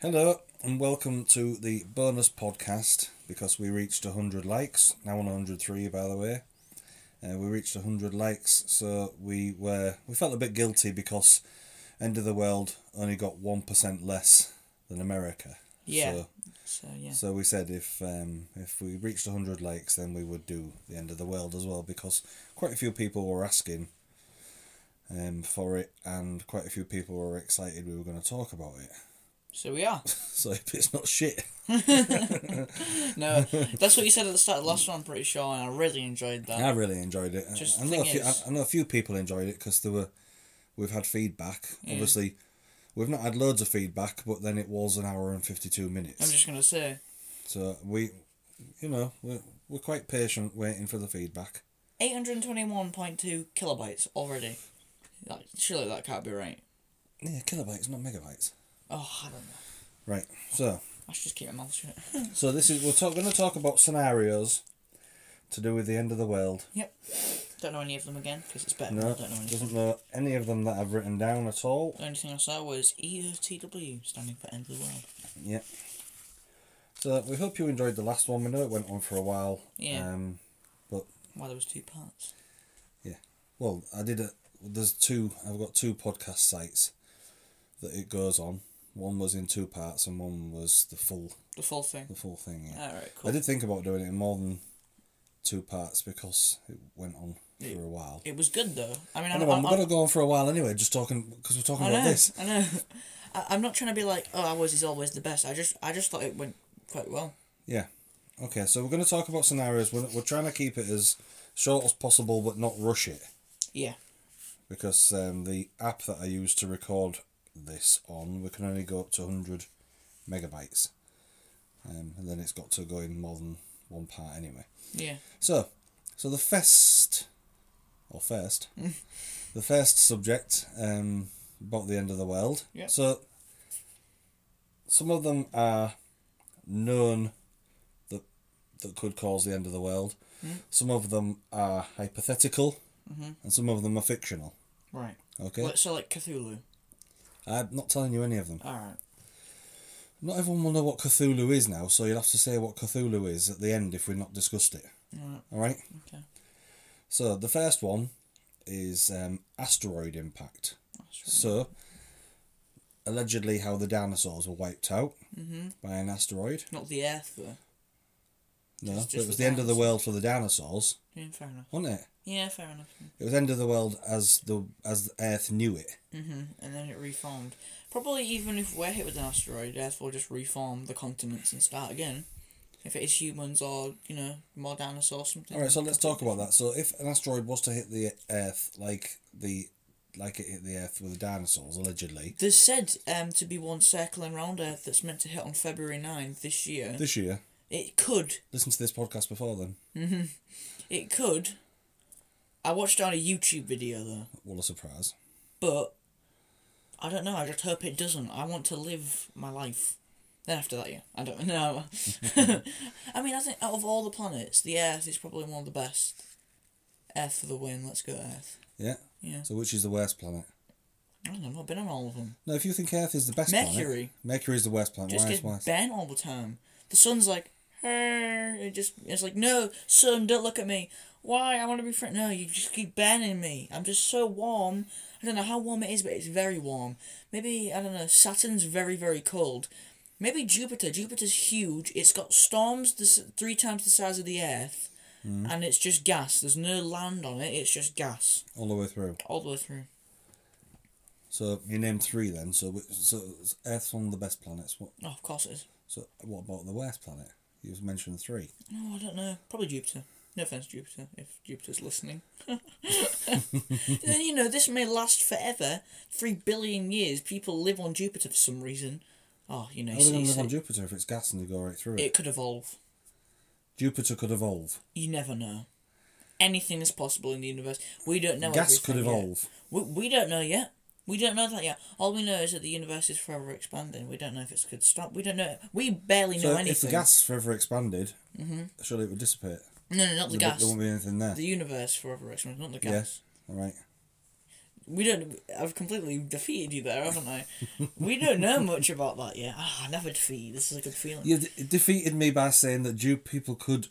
Hello and welcome to the bonus podcast because we reached 100 likes. Now on 103 by the way. Uh, we reached 100 likes so we were we felt a bit guilty because End of the World only got 1% less than America. Yeah. So, So yeah. so we said if um, if we reached 100 likes then we would do the End of the World as well because quite a few people were asking um, for it and quite a few people were excited we were going to talk about it. So we are. So if it's not shit No, that's what you said at the start of the last one. I'm pretty sure, and I really enjoyed that. I really enjoyed it. I- Just I, know a thing few, is- I, I know a few people enjoyed it because there were, we've had feedback. Obviously, we've not had loads of feedback, but then it was an hour and fifty two minutes. I'm just gonna say, So we, you know, we're we're quite patient waiting for the feedback. 821.2 kilobytes already. Like, surely that can't be right. Yeah, kilobytes, not megabytes. Oh, I don't know. Right. So I should just keep my mouth shut. so this is we're talk, going to talk about scenarios, to do with the end of the world. yep. Don't know any of them again because it's better. No, I don't know any. doesn't know any of them that I've written down at all. The only thing I saw was E EOTW standing for End of the World. Yeah. So we hope you enjoyed the last one. We know it went on for a while. Yeah. Um, but Why there was two parts? well, I did a. There's two. I've got two podcast sites that it goes on. One was in two parts, and one was the full The full thing. the full thing. Yeah. All right, Ah, cool. I did think about doing it in more than two parts because it went on for a while. It was good though. I mean, I I'm, know, I'm, I'm I'm, gonna go on for a while anyway. Just talking because we're talking I about know. this. I know. I, I'm not trying to be like, oh, ours is always the best. I just, I just thought it went quite well. Yeah. Okay, so we're gonna talk about scenarios. We're we're trying to keep it as short as possible, but not rush it. Yeah. because um, the app that I use to record this on, we can only go up to 100 megabytes. Um, and then it's got to go in more than one part anyway. Yeah. So, so the first, or first, the first subject um, about the end of the world. Yep. So, some of them are known that that could cause the end of the world. Some of them are hypothetical, and some of them are fictional. Right. Okay. Like- So like Cthulhu. I'm not telling you any of them. All right. Not everyone will know what Cthulhu is now, so you'll have to say what Cthulhu is at the end if we've not discussed it. Alright. All right. Okay. So the first one is um, asteroid impact. So allegedly, how the dinosaurs were wiped out Mm-hmm. by an asteroid. Not the Earth though. No, Just- but just it was the the end of the dinosaurs. world for the dinosaurs, Yeah, fair enough. wasn't it? Yeah, fair enough. It was end of the world as the as the Earth knew it. Mhm. And then it reformed. Probably even if we're hit with an asteroid, Earth will just reform the continents and start again. If it is humans or you know more dinosaurs or something. All right, so let's talk about that. So, if an asteroid was to hit the Earth, like the like it hit the Earth with the dinosaurs, allegedly There's said um, to be one circling round Earth that's meant to hit on February 9th this year. this year, It could. listen to this podcast before then. It could. I watched it on a YouTube video though, What a surprise! but I don't know. I just hope it doesn't. I want to live my life. Then after that, yeah, I don't know. I mean, I think out of all the planets, the Earth is probably one of the best. Earth for the win. Let's go Earth. Yeah. Yeah. So, which is the worst planet? I don't know. I've not been on all of them. No, if you think Earth is the best planet, Mercury. Mercury is the worst planet. Just why is gets why? is- bent all the time. The sun's like, hey, it just it's like no sun, don't look at me. Why I want to be friend? No, you just keep banning me. I'm just so warm. I don't know how warm it is, but it's very warm. Maybe I don't know. Saturn's very very cold. Maybe Jupiter. Jupiter's huge. It's got storms the s- three times the size of the Earth, Hmm. and it's just gas. There's no land on it. It's just gas All the way through. all the way through. So you named three then. So which, so Earth's one of the best planets. What? Oh, of course it is. So what about the worst planet? You've mentioned three. Oh, I don't know. Probably Jupiter. No offense, Jupiter, if Jupiter's listening. then you know this may last forever. Three billion years. People live on Jupiter for some reason. Oh, you know, How are they so- going to live so on Jupiter if it's gas and they go right through it? it could evolve. Jupiter could evolve. You never know. Anything is possible in the universe. We don't know. gas could Oh, everything yet. evolve. We, we don't know yet. We don't know that yet. All we know is that the universe is forever expanding. We don't know if it could stop. We don't know. We barely So know anything. if the gas forever expanded, surely it would dissipate. no, no, not the There- gas. There won't be anything there. The universe forever expanding, not the gas. Yes. All right. We don't. I've completely defeated you there, haven't I? we don't know much about that yet. Ah, I never defeat. you. This is a good feeling. You d- defeated me by saying that Ju- people could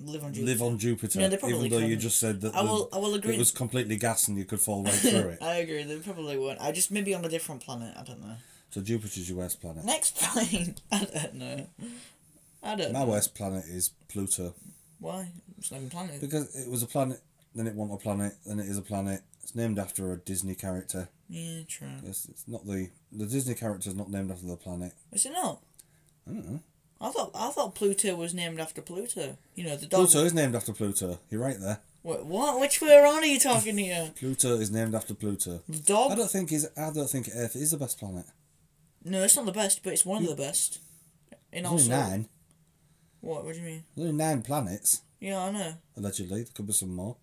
Live on. live on Jupiter, Mm. No, they probably even though you couldn't. just said that I the- will. I will agree. it was completely gas and you could fall right through it. I agree. They probably won't. I just maybe on a different planet. I don't know. So Jupiter's your worst planet. Next plane. I don't know. I don't. My know. worst planet is Pluto Why? It's not even planet. because it was a planet, then it wasn't a planet, then it is a planet. It's named after a Disney character. Yeah, true. It's, it's not the the Disney character is not named after the planet. Mm-hmm. Is it not? I don't know. I thought I thought Pluto was named after Pluto. You know the dog. Pluto is named after Pluto. You're right there. Wait, what? Which way around are you talking here? Pluto is named after Pluto. The I dog? don't think is I don't think Earth is the best planet. No, it's not the best, but it's one of the best. And There's only also, nine. what? What do you mean? There's only nine planets Yeah, I know. allegedly. There could be some more.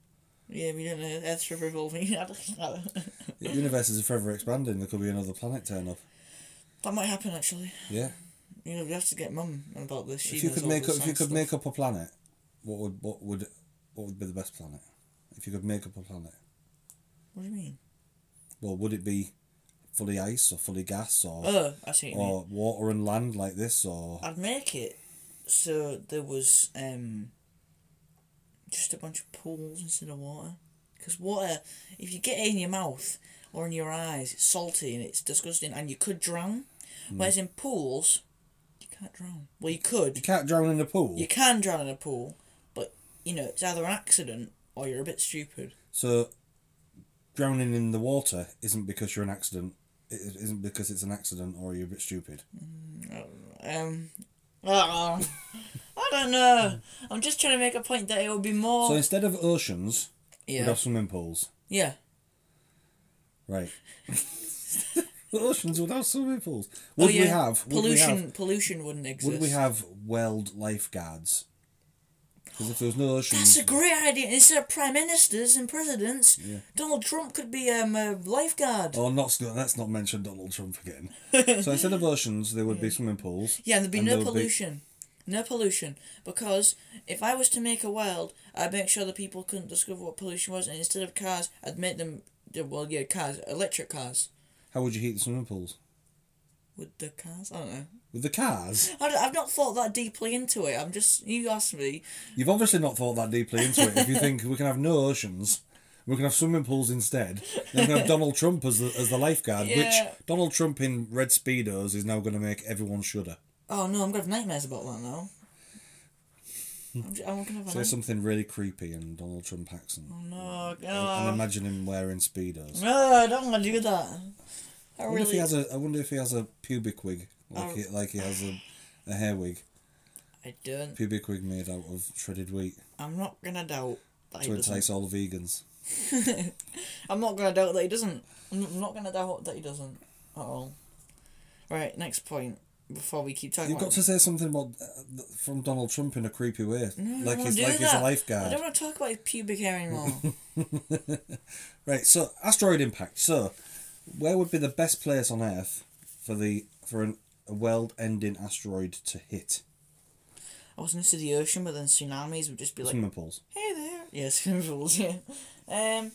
Yeah, we don't know. Earth's revolving. I don't know. The universe is forever expanding. There could be another planet turn up. that might happen actually. Yeah. You know, we have to get mum about this. She if you knows could all make the up, if you science could stuff. make up a planet, what would what would what would be the best planet? If you could make up a planet, What do you mean? well, would it be fully ice or fully gas or Oh, I see what you mean. or water and land like this or I'd make it so there was um, just a bunch of pools instead of water. Because water, if you get it in your mouth or in your eyes, it's salty and it's disgusting and you could drown. Hmm. Whereas in pools, you can't drown. Well, you you could. can't drown in a pool? You can drown in a pool, but, you know, it's either an accident or you're a bit stupid. So drowning in the water isn't because you're an accident. It isn't because it's an accident or you're a bit stupid. Um, I don't know. I'm just trying to make a point that it would be more. So instead of oceans, we'd yeah. have swimming pools, Yeah. right? the oceans would have swimming pools. Would oh, yeah. we have would we pollution? have pollution wouldn't exist. Would we have weld lifeguards? Because if there was no ocean, That's a great idea. Instead of prime ministers and presidents, Donald Trump could be um, a lifeguard. oh, not sc- let's not mention Donald Trump again. so instead of oceans, there would be swimming pools. Yeah, and there'd be And no there would be- pollution. No pollution. Because if I was to make a world, I'd make sure that people couldn't discover what pollution was, and instead of cars, I'd make them, yeah, well, yeah, cars, electric cars. How would you heat the swimming pools? With the cars? I don't know. With the cars? I don't- I've not thought that deeply into it. I'm just, you asked me. You've obviously not thought that deeply into it. If you think we can have no oceans, we can have swimming pools instead, and we can have Donald Trump as the, as the lifeguard, Yeah. which Donald Trump in red Speedos is now going to make everyone shudder. Oh no, I'm going to have nightmares about that now. Hmm. I'm, j- I'm going to have Say a nightmare. something really creepy in Donald Trump accent. No, no. And imagine him wearing Speedos. No, I don't want to do that. I I wonder if really. he has a. I wonder if he has a pubic wig, like Oh. he like he has a, a hair wig, I don't. pubic wig made out of shredded wheat I'm not gonna doubt that he to doesn't. entice all vegans. I'm not gonna doubt that he doesn't. I'm I'm not gonna doubt that he doesn't at all. Right, next point. Before we keep talking You've got about. to say something about uh, th- from Donald Trump in a creepy way, I don't like wanna he's do like he's a that. I lifeguard. don't want to talk about his pubic hair anymore. Right. So asteroid impact. So, where would be the best place on Earth for the for an, a world-ending asteroid to hit? I was next to the ocean, but then tsunamis would just be like, Swimming pools. "Hey there." Yes, rules. Yeah. Um.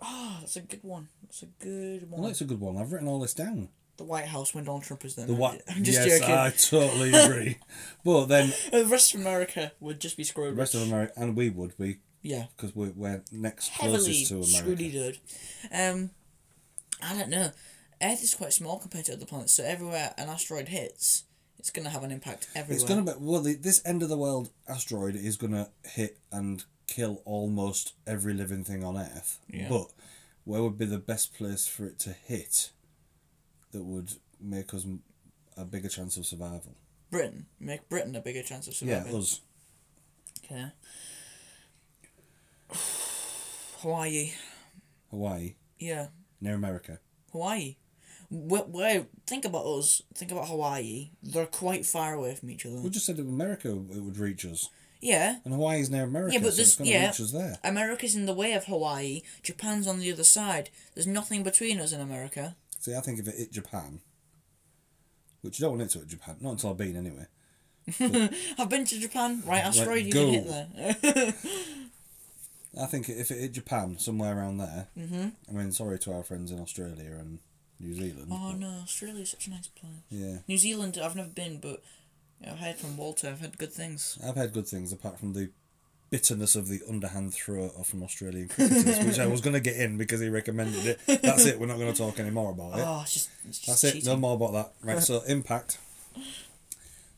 Oh, that's a good one. That's a good one. Well, that's a good one. I've written all this down. The White House when Donald Trump was there. The I'm what? ju- I'm just yes, joking. I totally agree. but then Uh, The rest of America would just be the screwed. rest of America and we would be yeah. because we're, we're next heavily closest to screwed America. did. Um, I don't know. Earth is quite small compared to other planets, so everywhere an asteroid hits, it's gonna have an impact everywhere. It's gonna be well. The, this end of the world asteroid is gonna hit and kill almost every living thing on Earth. Yeah. But where would be the best place for it to hit? That would make us m- a bigger chance of survival. Britain make Britain a bigger chance of yeah, surviving. us. Okay. Hawaii, Hawaii, yeah, near America. Hawaii. Where, where think about us? Think about Hawaii. They're quite far away from each We other. just said that America it would reach us, Yeah, and Hawaii is near America, Yeah, but so this- it's gonna yeah. reach us there. America's in the way of Hawaii. Japan's on the other side. There's nothing between us and America. See, I think if it hit Japan, which you don't want it to hit Japan, not until I've been anyway. I've been to Japan. Right, asteroid, you go. can hit there. I think if it hit Japan, somewhere around there. Mm-hmm. I mean, sorry to our friends in Australia and New Zealand. Oh but- no, Australia's such a nice place. Yeah. New Zealand, I've never been, but you know, I've heard from Walter. I've heard good things. I've had good things apart from the bitterness of the underhand throw off from Australian cricketers, which I was going to get in because he recommended it. That's it. We're not going to talk any more about it. Oh, it's just, it's just That's it. cheating. No more about that. Right. So impact.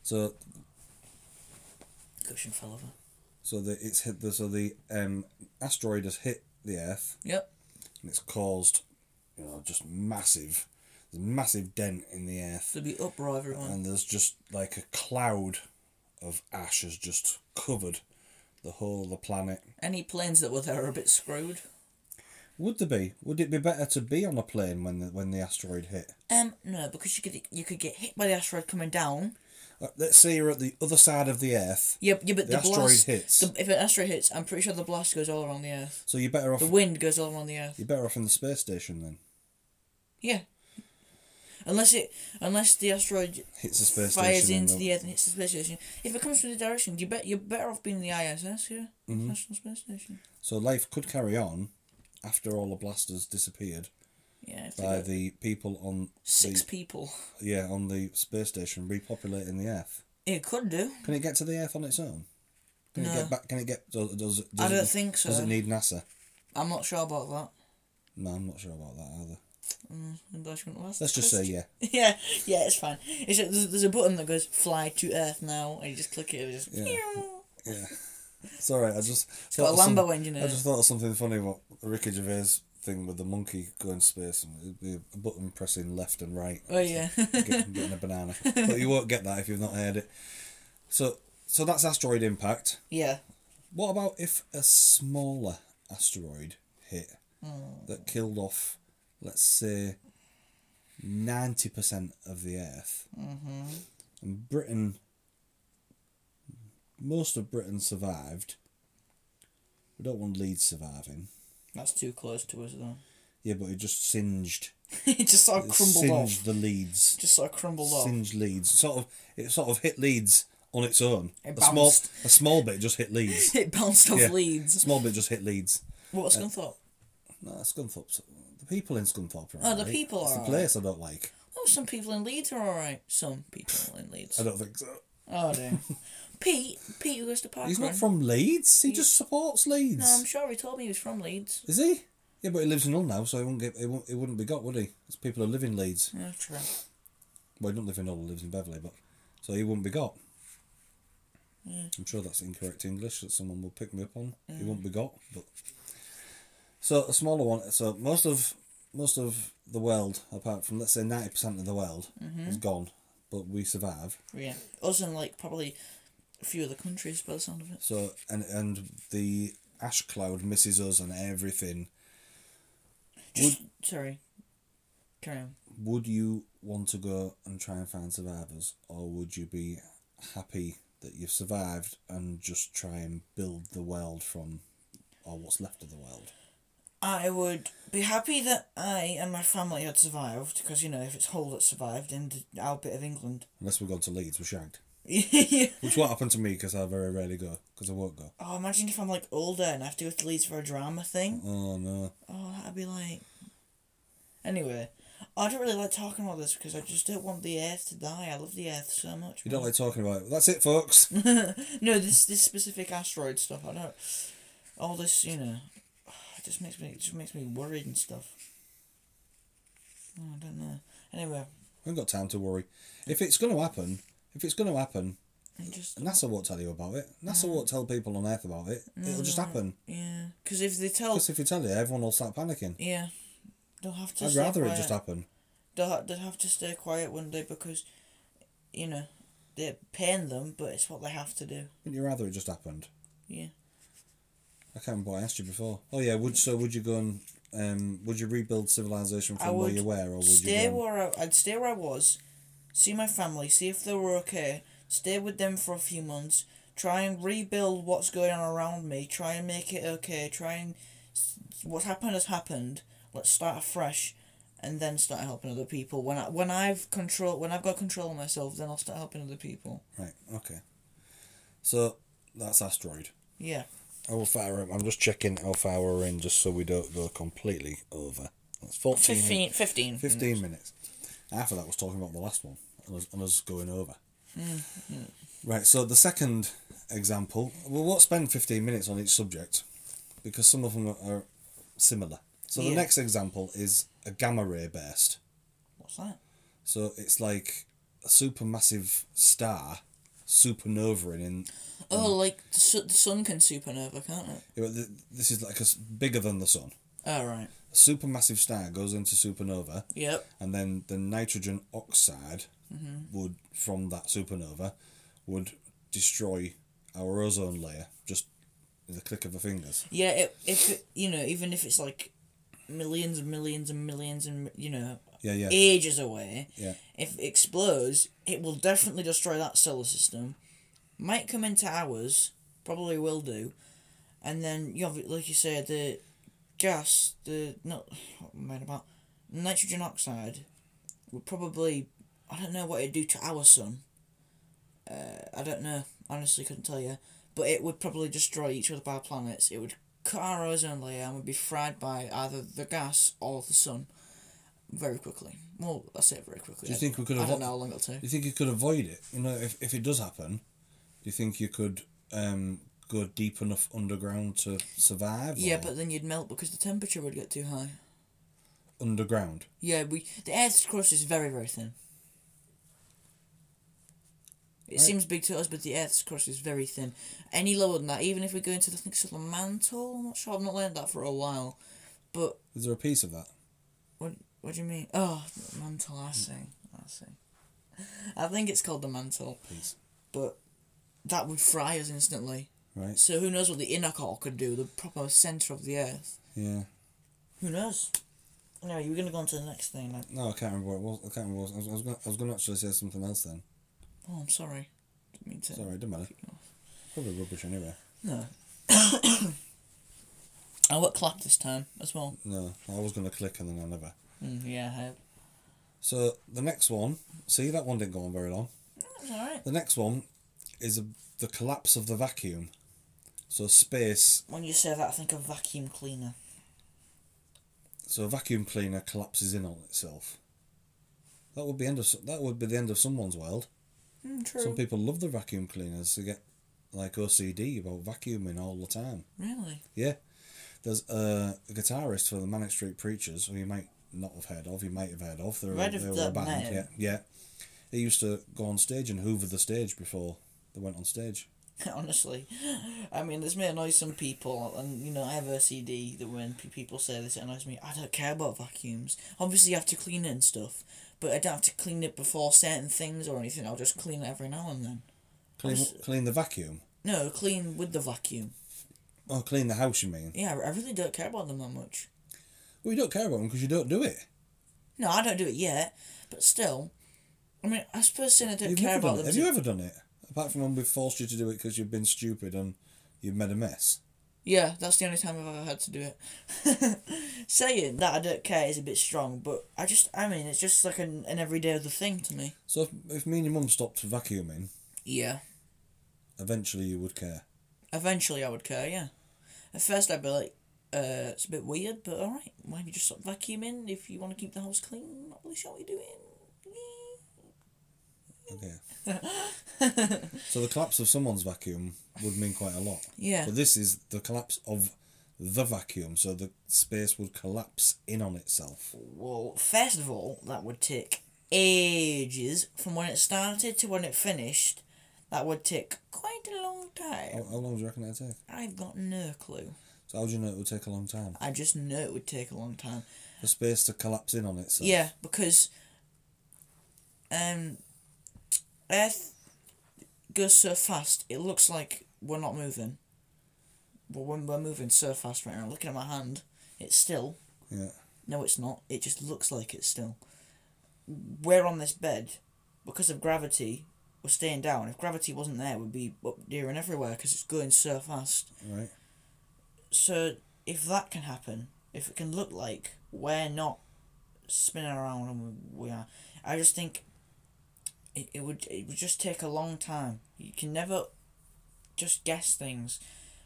So Cushion fell over. so the it's hit the so the um asteroid has hit the Earth Yep. and it's caused, you know, just massive, massive dent in the Earth, There'll be uproar, everyone. and there's just like a cloud of ash has just covered the whole of the planet. Any planes that were there are a bit screwed. Would there be? Would it be better to be on a plane when the, when the asteroid hit? Um, no, because you could you could get hit by the asteroid coming down. Uh, let's say you're at the other side of the Earth, Yeah, yeah, but The the, asteroid blast. hits. The, if an asteroid hits, I'm pretty sure the blast goes all around the Earth. so you're better off. The wind goes all around the Earth. You're better off in the space station then. Yeah. Unless it, unless the asteroid Hits the space fires station. and into the Earth and hits the space station. If it comes from the direction, you bet you're better off being in the ISS, yeah, Mm-hmm. National Space Station. So life could carry on after all the blasters disappeared Yeah, if they by got the people on six people. the yeah on the space station repopulating the Earth. It could do. Can it get to the Earth on its own? Can it No. get back? Can it get? Does, does, does I it, don't think so. Does it need NASA? I'm not sure about that. No, I'm not sure about that either. Unless you want to ask Let's the just say question. yeah. yeah, yeah, it's fine. It's a, there's, there's a button that goes fly to Earth now, and you just click it. And it just Yeah. meow. Yeah. It's alright, I just got thought a of some- Lambo engine in I it. just thought of something funny about the Ricky Gervais thing with the monkey going to space and it'd be a button pressing left and right. Oh yeah, Getting, getting a banana. But you won't get that if you've not heard it. So so that's asteroid impact. yeah. What about if a smaller asteroid hit that killed off, let's say, 90% of the Earth? Mm-hmm. And Britain, most of Britain survived. We don't want Leeds surviving. That's too close to us though. Yeah, but it just singed. it just sort It of crumbled singed off. the Leeds. Just sort of crumbled off. Singed Leeds. Sort of, it sort of hit Leeds on its own. It a, small, bounced. a small bit just hit Leeds. It bounced off Yeah. A Leeds. small bit just hit Leeds. What's going thought? No, Scunthorpe's. The people in Scunthorpe are Oh, the alright. people It's are the alright. place I don't like. Oh, some people in Leeds are alright. Some people in Leeds. I don't think so. Oh damn. Pete, Pete who goes to Parkrun. He's not from Leeds. He just supports Leeds. No, I'm sure he told me he was from Leeds. Is he? Yeah, but he lives in Hull now, so he won't get. He, won't, he wouldn't be got, would he? It's people who live in Leeds. Oh, true. Well, he do not live in Hull. He lives in Beverley, but so he wouldn't be got. I'm sure that's incorrect English that someone will pick me up on. He won't be got, but so a smaller one. So most of most of the world, apart from let's say ninety percent of the world, Mm-hmm. is gone, but we survive. Yeah. Us and like probably a few other countries by the sound of it. So and and the ash cloud misses us and everything. Just sorry. Carry on. Would you want to go and try and find survivors, or would you be happy that you've survived and just try and build the world from, or what's left of the world? I would be happy that I and my family had survived, because you know, if it's Hull that survived and our bit of England. Unless we're gone to Leeds, we're shagged. yeah. Which won't happen to me because I very rarely go because I won't go. Oh, imagine if I'm like older and I have to go to Leeds for a drama thing. Oh no! Oh, that'd be like. Anyway, I don't really like talking about this because I just don't want the Earth to die. I love the Earth so much. You don't like talking about it. That's it, folks. No, this this specific asteroid stuff. I don't. All this, you know, it just makes me it just makes me worried and stuff. Oh, I don't know. Anyway, I haven't got time to worry. If it's going to happen, if it's going to happen, it just NASA won't tell you about it. NASA won't tell people on Earth about it. It'll just happen. yeah. Because if they tell, Because if you tell you, everyone will start panicking. yeah, they'll have to. I'd stay rather it quiet. just happen. They'll ha- they'll have to stay quiet one day because, you know, they're paying them, but it's what they have to do. Wouldn't you rather it just happened? Yeah. I can't remember what I asked you before. Oh yeah, would so would you go and um would you rebuild civilization I from where would you were, or would you? stay go and- where I, I'd stay where I was, see my family, see if they were okay, stay with them for a few months, try and rebuild what's going on around me, try and make it okay, try and s- what's happened has happened. Let's start afresh, and then start helping other people. When I when I've control when I've got control of myself, then I'll start helping other people. Right. Okay. So that's asteroid. Yeah, How far? are- I'm just checking how far we're in, just so we don't go completely over. That's fourteen. 15, 15. 15 minutes. Half of that was talking about the last one and us, and us going over. Right, so the second example, we won't spend 15 minutes on each subject because some of them are, are similar. So the Yeah. next example is a gamma ray burst. What's that? So it's like a supermassive star supernova in. Oh, Hmm. like the, su- the sun can supernova, can't it? you know, th- This is like a, s- bigger than the sun. Oh, right. A supermassive star goes into supernova. Yep. and then the nitrogen oxide Mm-hmm. would from that supernova would destroy our ozone layer just with a click of the fingers Yeah, it, if it, you know, even if it's like millions and millions and millions and you know, yeah yeah ages away, yeah if it explodes, it will definitely destroy that solar system. Might come into ours, probably will do, and then you have, like you say, the gas, the not what am I mad about nitrogen oxide, would probably I don't know what it'd do to our sun. Uh, I don't know. Honestly, couldn't tell you. But it would probably destroy each other of our planets. It would cut our ozone layer and would be fried by either the gas or the sun very quickly. Well, I say it very quickly. Do you I- think we could I avo- don't know how long it'll take. do you think you could avoid it you know if, if it does happen do you think you could um go deep enough underground to survive Yeah, or but then you'd melt because the temperature would get too high. underground Yeah, we the Earth's crust is very very thin. It Right. seems big to us, but the Earth's crust is very thin. Any lower than that, even if we go into the I think it's called the mantle, I'm not sure. I've not learned that for a while. But is there a piece of that what what do you mean? Oh, mantle. I see. I see. I think it's called the mantle, piece but that would fry us instantly. right So who knows what the inner core could do? The proper center of the Earth. yeah Who knows? No, you were gonna go on to the next thing. Like, no i can't remember what it was i can't remember what it was. I, was, I, was gonna, I was gonna actually say something else then oh, I'm sorry. Didn't mean to. sorry it doesn't matter probably rubbish anyway No. I got clapped this time as well. no i was gonna click and then i never Mm, yeah, I have. So the next one, see that one didn't go on very long. That's alright. The next one is a, the collapse of the vacuum. So space, When you say that, I think of vacuum cleaner. so a vacuum cleaner collapses in on itself. That would be end of s- that would be the end of someone's world. Mm, true. Some people love the vacuum cleaners. They get like OCD about vacuuming all the time. really? Yeah, there's a guitarist for the Manic Street Preachers who you might not have heard of. You might have heard of. They're, Read they of were a that band. name. Yeah, yeah. He used to go on stage and hoover the stage before they went on stage. Honestly, I mean, this may annoy some people, and you know, I have OCD that when pe- people say this, it annoys me. I don't care about vacuums. Obviously, you have to clean it and stuff, but I don't have to clean it before certain things or anything. I'll just clean it every now and then. Clean, Obvious- clean the vacuum. No, clean with the vacuum. Oh, clean the house, you mean? Yeah, I really don't care about them that much. Well, you don't care about them because you don't do it. No, I don't do it yet, but still. I mean, I suppose saying I don't You've care never about done it. them. Have is- you ever done it? Apart from when we forced you to do it because you've been stupid and you've made a mess. Yeah, that's the only time I've ever had to do it. saying that I don't care is a bit strong, but I just, I mean, it's just like an, an everyday other thing to me. So if, if me and your mum stopped vacuuming, Yeah. eventually you would care. Eventually I would care, yeah. At first I'd be like, uh, it's a bit weird, but alright, why don't you just stop vacuuming if you want to keep the house clean? I'm not really sure what you're doing. Okay. so the collapse of someone's vacuum would mean quite a lot. Yeah. But this is the collapse of the vacuum, so the space would collapse in on itself. Well, first of all, that would take ages from when it started to when it finished. That would take quite a long How, time. how long do you reckon it'd take? I've got no clue. So how do you know it would take a long time? I just know it would take a long time. For space to collapse in on itself. Yeah, because um, Earth goes so fast, it looks like we're not moving. But when we're moving so fast right now, looking at my hand, it's still. Yeah. No, it's not. It just looks like it's still. We're on this bed because of gravity. We're staying down. If gravity wasn't there, we'd be up there and everywhere because it's going so fast. Right. So if that can happen, if it can look like we're not spinning around and we are, I just think it, it would it would just take a long time. You can never just guess things.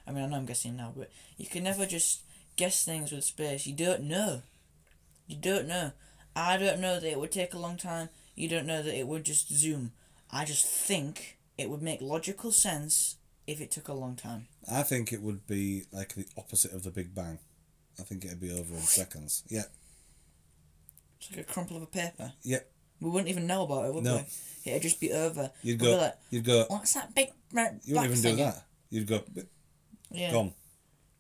I mean, I know I'm guessing now, but you can never just guess things with space. You don't know. You don't know. I don't know that it would take a long time. You don't know that it would just zoom. I just think it would make logical sense if it took a long time. I think it would be like the opposite of the Big Bang. I think it'd be over in seconds. Yeah, It's like a crumple of a paper. yeah. We wouldn't even know about it, would No. we? It'd just be over. You'd We'd go. be like, you'd go. What's that big red You black wouldn't even do thing?" that. You'd go. "Bit Yeah. Gone.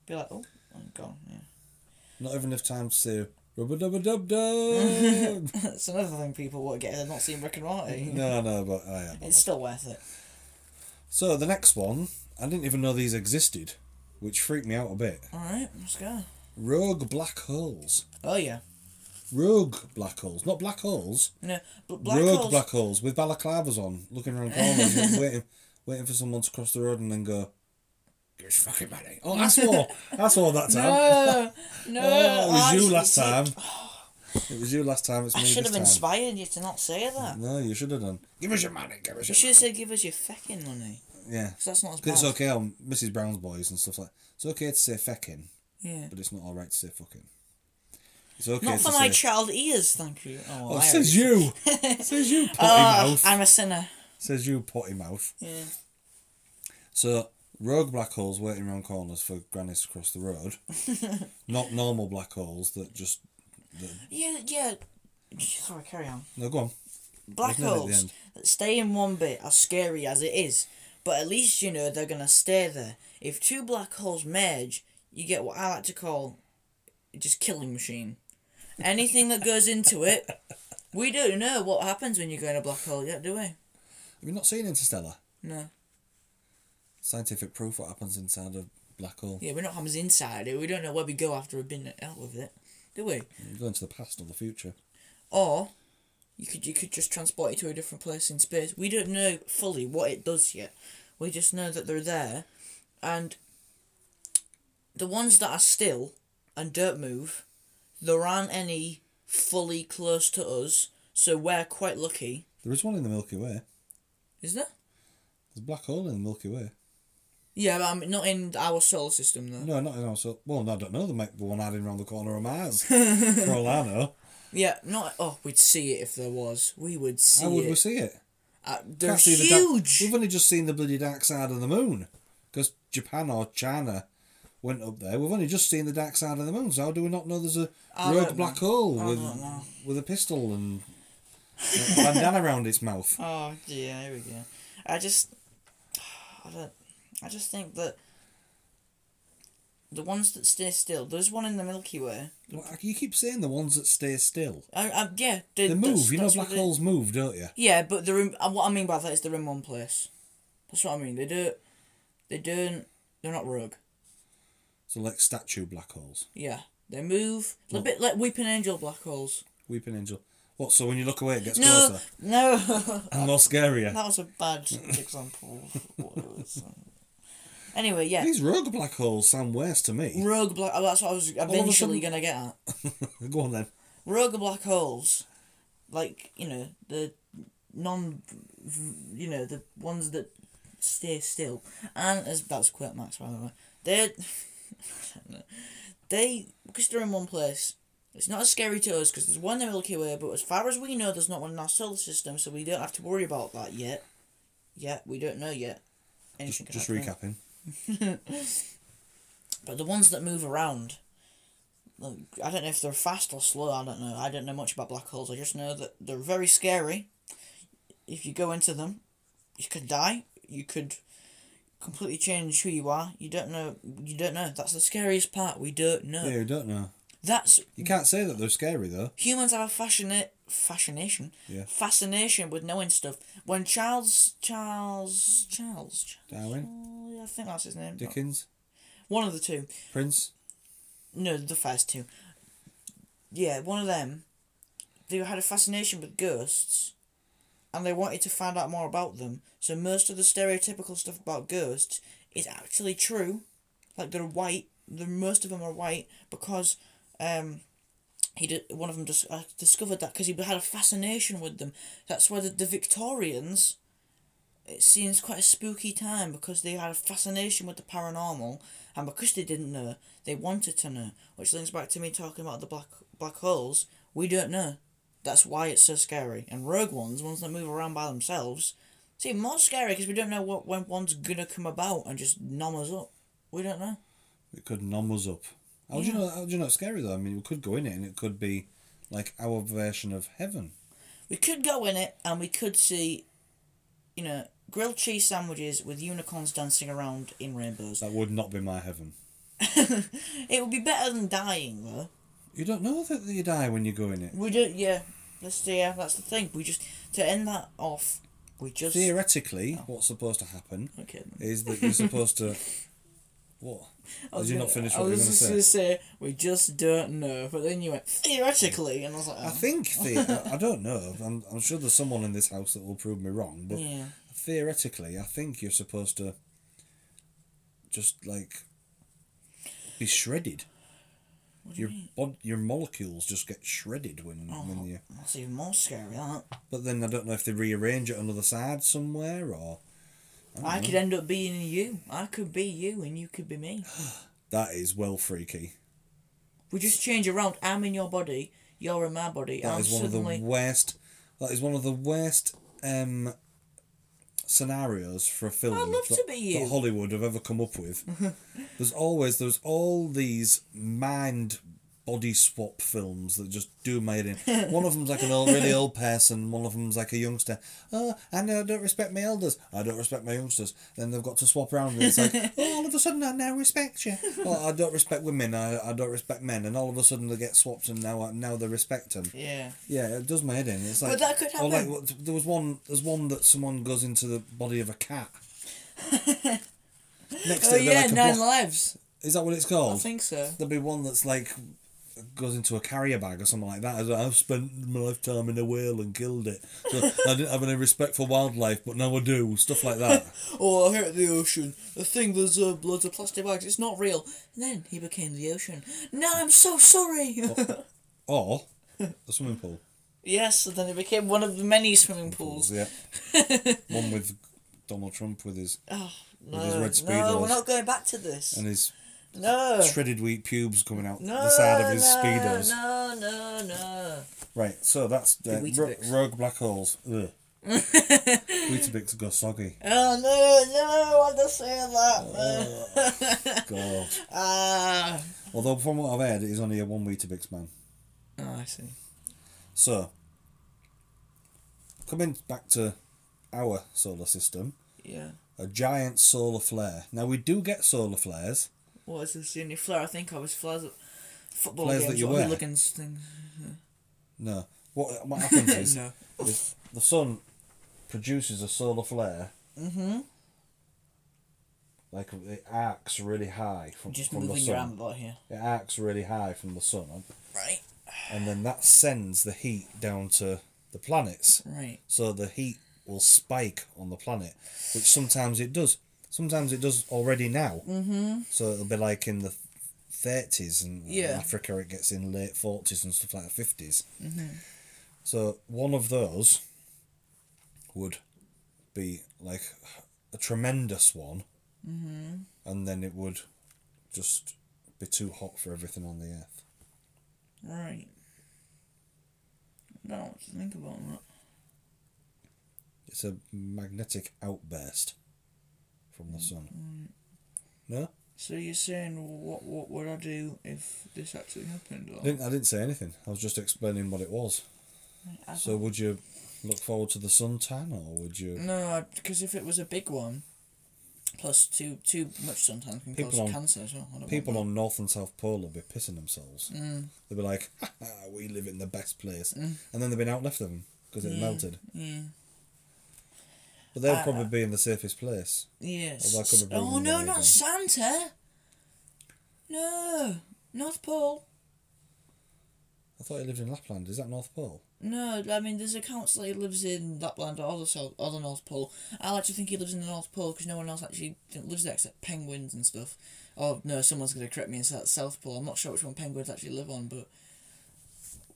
Be like, oh, I'm gone. Yeah. Not even enough time to say rubber dubba dub dub. That's another thing people won't get. They're not seeing Rick and Morty. no, no, but I am. It's still worth it. So the next one, I didn't even know these existed, which freaked me out a bit. All right, let's go. Rogue black holes. Oh yeah. Rogue black holes, not black holes. No, bl- black rogue holes. black holes with balaclavas on, looking around corners, and waiting, waiting for someone to cross the road, and then go. Give us your fucking money. Oh, that's all. That's all that time. No, no. Oh, it was I- you last time. It was you last time. It's me I this should have time. Mm. inspired you to not say that. No, you should have done. Give us your money. Give us You your. should have said, "Give us your fecking money," Yeah. because that's not as bad. It's okay on Mrs. Brown's Boys and stuff like. It's okay to say fecking, Yeah. but it's not all right to say fucking. It's okay. Not to for say, my child ears, thank you. Oh, Oh, I says you. says you, potty Oh, mouth. I'm a sinner. Says you, potty mouth. Yeah. So, rogue black holes waiting round corners for grannies to cross the road. not normal black holes that just. Yeah, yeah. Sorry, carry on. No, go on. Black There's none at the holes end. that stay in one bit are scary as it is, but at least you know they're gonna stay there. If two black holes merge, you get what I like to call just killing machine. Anything that goes into it, we don't know what happens when you go in a black hole yet, do we? Have you not seen Interstellar? No. Scientific proof what happens inside a black hole. Yeah, we are not happens inside it. We don't know where we go after we've been out with it, do we? You go into the past or the future. Or you could you could just transport it to a different place in space. We don't know fully what it does yet. We just know that they're there, and the ones that are still and don't move, there aren't any fully close to us. So we're quite lucky, There is one in the Milky Way. is there? There's a black hole in the Milky Way. Yeah, but I'm not in our solar system though. No, not in our so well, no, I don't know. There might be one hiding around the corner of Mars. For all I know. Yeah, not. Oh, we'd see it if there was. We would see How would we it. see it? Uh, they're Can't see the dark- huge. We've only just seen the bloody dark side of the moon. Because Japan or China went up there. We've only just seen the dark side of the moon. So how do we not know there's a I rogue don't black hole I with don't know. with a pistol and a bandana around its mouth? Oh yeah, here we go. I just, I don't, I just think that the ones that stay still. There's one in the Milky Way. Well, you keep saying the ones that stay still. I, I yeah. They move. that's- You know that's what black they- holes move, don't you? Yeah, but they're in. uh, What I mean by that is they're in one place. That's what I mean. They do. They don't. They're not rogue. So like statue black holes. Yeah, they move. A bit like Weeping Angel black holes. Weeping angel. What? So when you look away, it gets No, closer no. and more scarier. that was a bad example. of what it was. Anyway, yeah. These rogue black holes sound worse to me. Rogue black. Oh, that's what I was eventually gonna get at. Go on then. Rogue black holes, like you know the non, you know the ones that stay still, and as that's quite max by the way. They're, I don't know. they because they're in one place. It's not as scary to us because there's one in the Milky Way, but as far as we know, there's not one in our solar system, so we don't have to worry about that yet. Yet we don't know yet. Anything Just, can just happen. recapping. But the ones that move around, like, I don't know if they're fast or slow. I don't know. I don't know much about black holes. I just know that they're very scary. If you go into them, you could die. You could completely change who you are. You don't know. You don't know. That's the scariest part. We don't know. Yeah, you don't know. That's You can't say that they're scary though. humans have a fascinate fascination. Yeah. Fascination with knowing stuff. When Charles Charles Charles, Darwin, Charles I think that's his name. Dickens, One of the two. Prince. No, the first two. Yeah, one of them. They had a fascination with ghosts, and they wanted to find out more about them. So most of the stereotypical stuff about ghosts is actually true. Like they're white. The most of them are white because, um, he did, one of them just uh, discovered that because he had a fascination with them. That's why the, the Victorians it seems quite a spooky time because they had a fascination with the paranormal, and because they didn't know, they wanted to know. Which links back to me talking about the black black holes. We don't know. That's why it's so scary. And rogue ones, ones that move around by themselves, it's even more scary because we don't know what when one's gonna come about and just nom us up. We don't know. It could numb us up. How do you know? How do you know it's scary though? I mean, we could go in it, and it could be like our version of heaven. We could go in it and we could see, you know, grilled cheese sandwiches with unicorns dancing around in rainbows. That would not be my heaven. It would be better than dying though. You don't know that you die when you go in it. We do, yeah. That's the yeah, that's the thing. We just to end that off. We just Theoretically, Oh. what's supposed to happen okay. then. is that you're supposed to. What? I was Did you gonna- not finish I what you were was going to just say? gonna say we just don't know, but then you went theoretically, and I was like, I oh. think the I don't know. I'm, I'm sure there's someone in this house that will prove me wrong, but "Oh, yeah, theoretically, I think you're supposed to just like be shredded. Your bod, your molecules just get shredded when Oh. when you. that's even more scary. That But then I don't know if they rearrange it on the other side somewhere or I could end up being you. I could be you, and you could be me. that is well freaky. We just change around. I'm in your body. You're in my body. That I'm is one of the suddenly worst. That is one of the worst um, scenarios for a film. I'd love that, to be that you. Hollywood have ever come up with. there's always there's all these mind body swap films that just do my head in. One of them's like an old, really old person. One of them's like a youngster. Oh, and I don't respect my elders. I don't respect my youngsters. Then they've got to swap around. And it's like, oh, all of a sudden I now respect you. Oh, I don't respect women. I, I don't respect men. And all of a sudden they get swapped and now I, now they respect them. yeah. Yeah, it does my head in. It's like, But that could Or like, happen. what- there was one. There's one that someone goes into the body of a cat. Next Oh to it, they're yeah, like a Oh. nine block- lives. Is that what it's I called? think so. There'll be one that's like goes into a carrier bag or something like that. It's like, I've spent my lifetime in a whale and killed it. So I didn't have any respect for wildlife, but now I do. Stuff like that. Oh, I hate the ocean. The thing, there's uh, loads of plastic bags. It's not real. And then he became the ocean. No, I'm so sorry. Or a swimming pool. yes, and then it became one of the many swimming pools. Yeah. one with Donald Trump with his Oh, With his no, red no, Speedos. we're not going back to this. and his no. shredded wheat pubes coming out no, the side of his no, speedos. No, no, no. Right, so that's uh, ro- Weetabix. rogue black holes. Ugh. Weetabix go soggy. Oh, no, no, I don't say Oh. that. man. God. Ah. Although from what I've heard, it is only a one Weetabix man. Oh, I see. So, coming back to our solar system, Yeah. a giant solar flare. Now we do get solar flares. What is this? The only flare I think of is flares at football Flares games that you or wear. hooligans things. No, what what happens is No. is the sun produces a solar flare. Mm-hmm. Like it arcs really high from, Just from the moving your sun. arm about here. It arcs really high from the sun, Right. and then that sends the heat down to the planets. Right. So the heat will spike on the planet, which sometimes it does. Sometimes it does already now. Mm-hmm. So it'll be like in the 30s, and Yeah. in Africa it gets in late 40s and stuff like that, 50s. Mm-hmm. So one of those would be like a tremendous one, mm-hmm. and then it would just be too hot for everything on the earth. Right. I don't know what to think about that. It's a magnetic outburst from the sun. No, So you're saying what what would I do if this actually happened? I Or, didn't, I didn't say anything. I was just explaining what it was. I So, would you look forward to the suntan, or would you? no, because if it was a big one, plus too too much sometimes can People cause on- cancer as well. I don't People want on North and South Pole will be pissing themselves. Mm. They'll be like, ha, ha, "We live in the best place," and then they've been out left of them because it melted. that. Mm. yeah But they'll Uh, probably be in the safest place. yes. Well, that could be oh proven no, by not them. Santa. No, North Pole. I thought he lived in Lapland. Is that North Pole? No, I mean there's accounts that he lives in Lapland or the South or the North Pole. I like to think he lives in the North Pole because no one else actually lives there except penguins and stuff. Oh no, someone's gonna correct me and say that's South Pole. I'm not sure which one penguins actually live on, but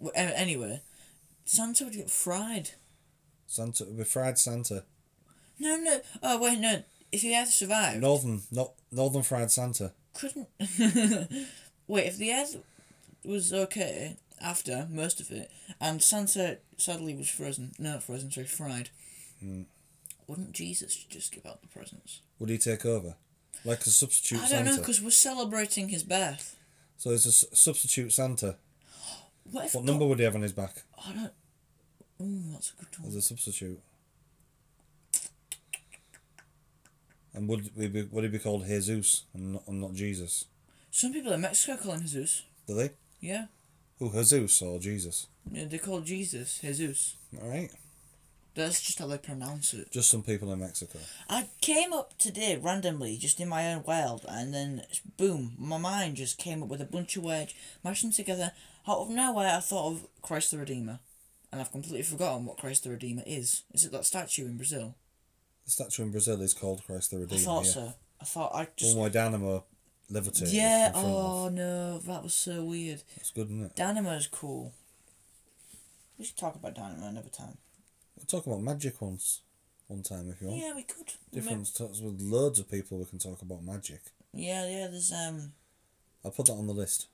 Wh- a- anyway, Santa would get fried. Santa, it would be fried Santa. No, no. Oh wait, no. If the Earth survived, Northern, not Northern Fried Santa. couldn't. wait, if the Earth was okay after most of it, and Santa sadly was frozen. No, not frozen. Sorry, fried. Wouldn't Jesus just give out the presents? Would he take over? Like a substitute I don't know Santa. because we're celebrating his birth. so it's a s- substitute Santa. What if? What number would he have on his back I don't. Ooh, that's a good one. as a substitute? And would he be, would he be called Jesus and not, and not Jesus? Some people in Mexico call him Jesus. Do they? Yeah. Who Jesus or Jesus? yeah they call Jesus Jesus. All right. That's just how they pronounce it. Just some people in Mexico. I came up today randomly, just in my own world, and then boom, my mind just came up with a bunch of words, mashed them together. Out of nowhere, I thought of Christ the Redeemer, and I've completely forgotten what Christ the Redeemer is. Is it that statue in Brazil? The statue in Brazil is called Christ the Redeemer. I thought yeah. so. I thought I just. One way Dynamo, Liberty. is yeah. in front of. Oh no, that was so weird. It's good, isn't it? Dynamo's cool. We should talk about Dynamo another time. We'll talk about magic once, one time if you want. Yeah, we could. Different talks with loads of people we can talk about magic. Yeah, yeah. There's um. I'll put that on the list.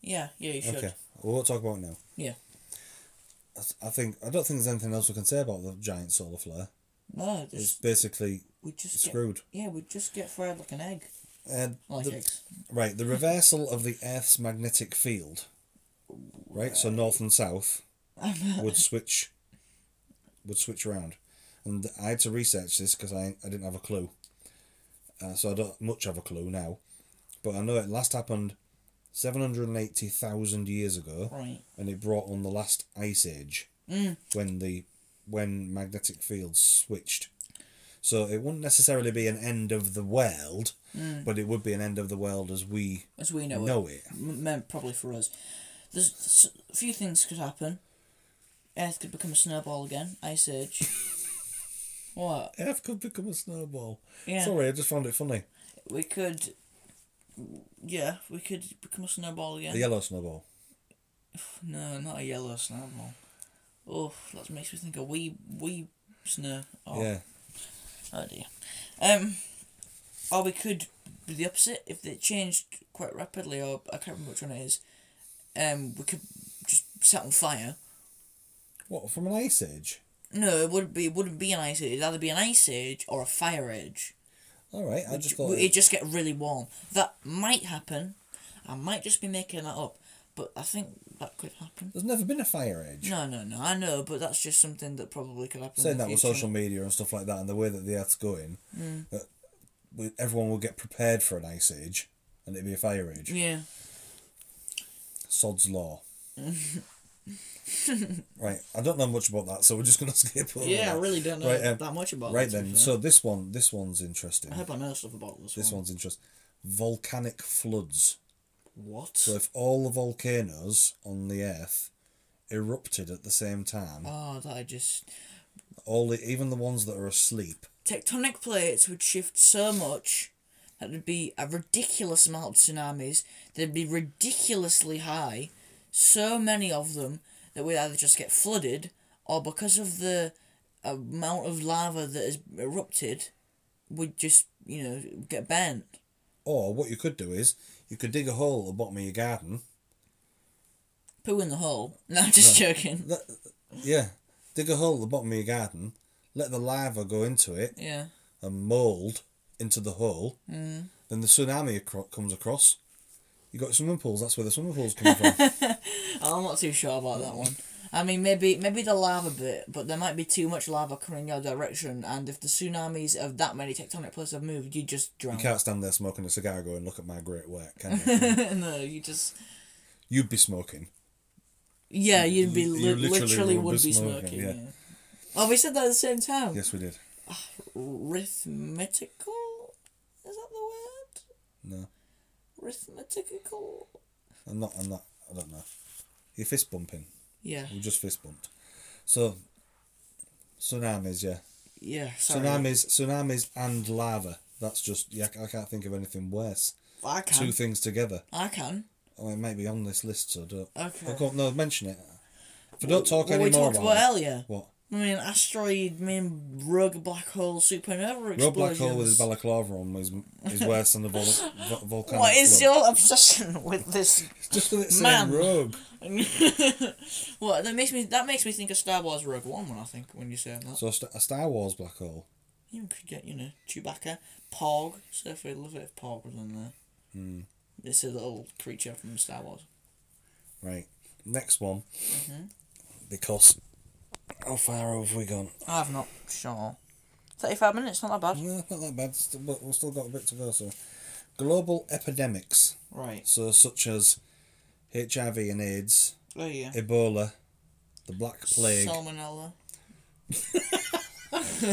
Yeah, yeah. You should. Okay. We won't talk about it now. Yeah. I th- I think I don't think there's anything else we can say about the giant solar flare. No, It's just basically we just get, screwed. yeah we just get fried like an egg. And Like the- eggs. right, the reversal of the Earth's magnetic field. Right, so north and south would switch. Would switch around, and I had to research this because I I didn't have a clue. Uh, so I don't much have a clue now, but I know it last happened, seven hundred and eighty thousand years ago. Right. and it brought on the last ice age Mm. when the when magnetic fields switched. So it wouldn't necessarily be an end of the world, Mm. but it would be an end of the world as we As we know it. know it. M- meant probably for us. There's s- a few things could happen. Earth could become a snowball again. Ice age. what? Earth could become a snowball. Yeah. Sorry, I just found it funny. We could. Yeah, we could become a snowball again. The yellow snowball. No, not a yellow snowball. Oh, that makes me think of wee wee snow. Oh, Yeah. Oh dear. Um, or we could do the opposite if it changed quite rapidly, or I can't remember which one it is. Um, we could just set on fire. What from an ice age? No, it would be it wouldn't be an ice age. It'd either be an ice age or a fire age. All right, I just thought. It'd just get really warm. That might happen. I might just be making that up, but I think that could happen. There's never been a fire age. No, no, no. I know, but that's just something that probably could happen. Saying in the that with future. social media and stuff like that, and the way that the Earth's going, Mm. that we, everyone will get prepared for an ice age, and it'd be a fire age. Yeah. Sod's Law. right, I don't know much about that, so we're just going to skip over Yeah, I that. really don't know Right, um, that much about. Right that, to be then, fair. so this one, this one's interesting. I hope I know stuff about this, This one. one's interesting. Volcanic floods. What? So if all the volcanoes on the Earth erupted at the same time, Oh, that I just all the, even the ones that are asleep, tectonic plates would shift so much that there'd be a ridiculous amount of tsunamis. They'd be ridiculously high, so many of them that we'd either just get flooded or because of the amount of lava that has erupted, we'd just you know get banned. or what you could do is you could dig a hole at the bottom of your garden. Poo in the hole. No, I'm just joking. Let, yeah, dig a hole at the bottom of your garden. Let the lava go into it. Yeah. and mould into the hole, Mm. then the tsunami acro- comes across. You got swimming pools. That's where the swimming pools come from. I'm not too sure about that one. I mean, maybe maybe the lava bit, but there might be too much lava coming your direction, and if the tsunamis of that many tectonic plates have moved, you just drown. you can't stand there smoking a cigar, going, "Look at my great work," can you? no, you just You'd be smoking. yeah, you'd be You li- literally literally, would would be be smoking, smoking. yeah. yeah. Oh, we said that at the same time. Yes, we did. Rhythmical, is that the No, word? Rhythmical. I'm not. I'm not. I don't know. You're fist bumping. Yeah, We just fist bumped. So, tsunamis. Yeah, yeah. Sorry. tsunamis. Tsunamis and lava. That's just. Yeah, I can't think of anything worse. I Two can. things together. I can. Oh, it might be on this list, so don't. Okay. I can't, no, mention it. If I don't talk Well, we anymore talked about about it- earlier. What? I mean, asteroid, I mean, rug black hole, supernova explosions. Rob Black Hole with his balaclava on is, is worse than the vol- vo- volcanic. What is flood. your obsession with this? Just with it saying Man. rug. well, that makes me that makes me think of Star Wars Rogue One when I think when you say that. So a Sta- a Star Wars black hole. You could get you know Chewbacca, Pog. So if we love it if Pog was in there. Hmm. It's a little creature from Star Wars. Right. Next one. Mm-hmm. Because. How far have we gone? I've not sure. Thirty-five minutes, not that bad. No, not that bad, st- but we've still got a bit to go. So, global epidemics, Right. so such as HIV and AIDS, Oh yeah. Ebola, the Black Plague, Salmonella.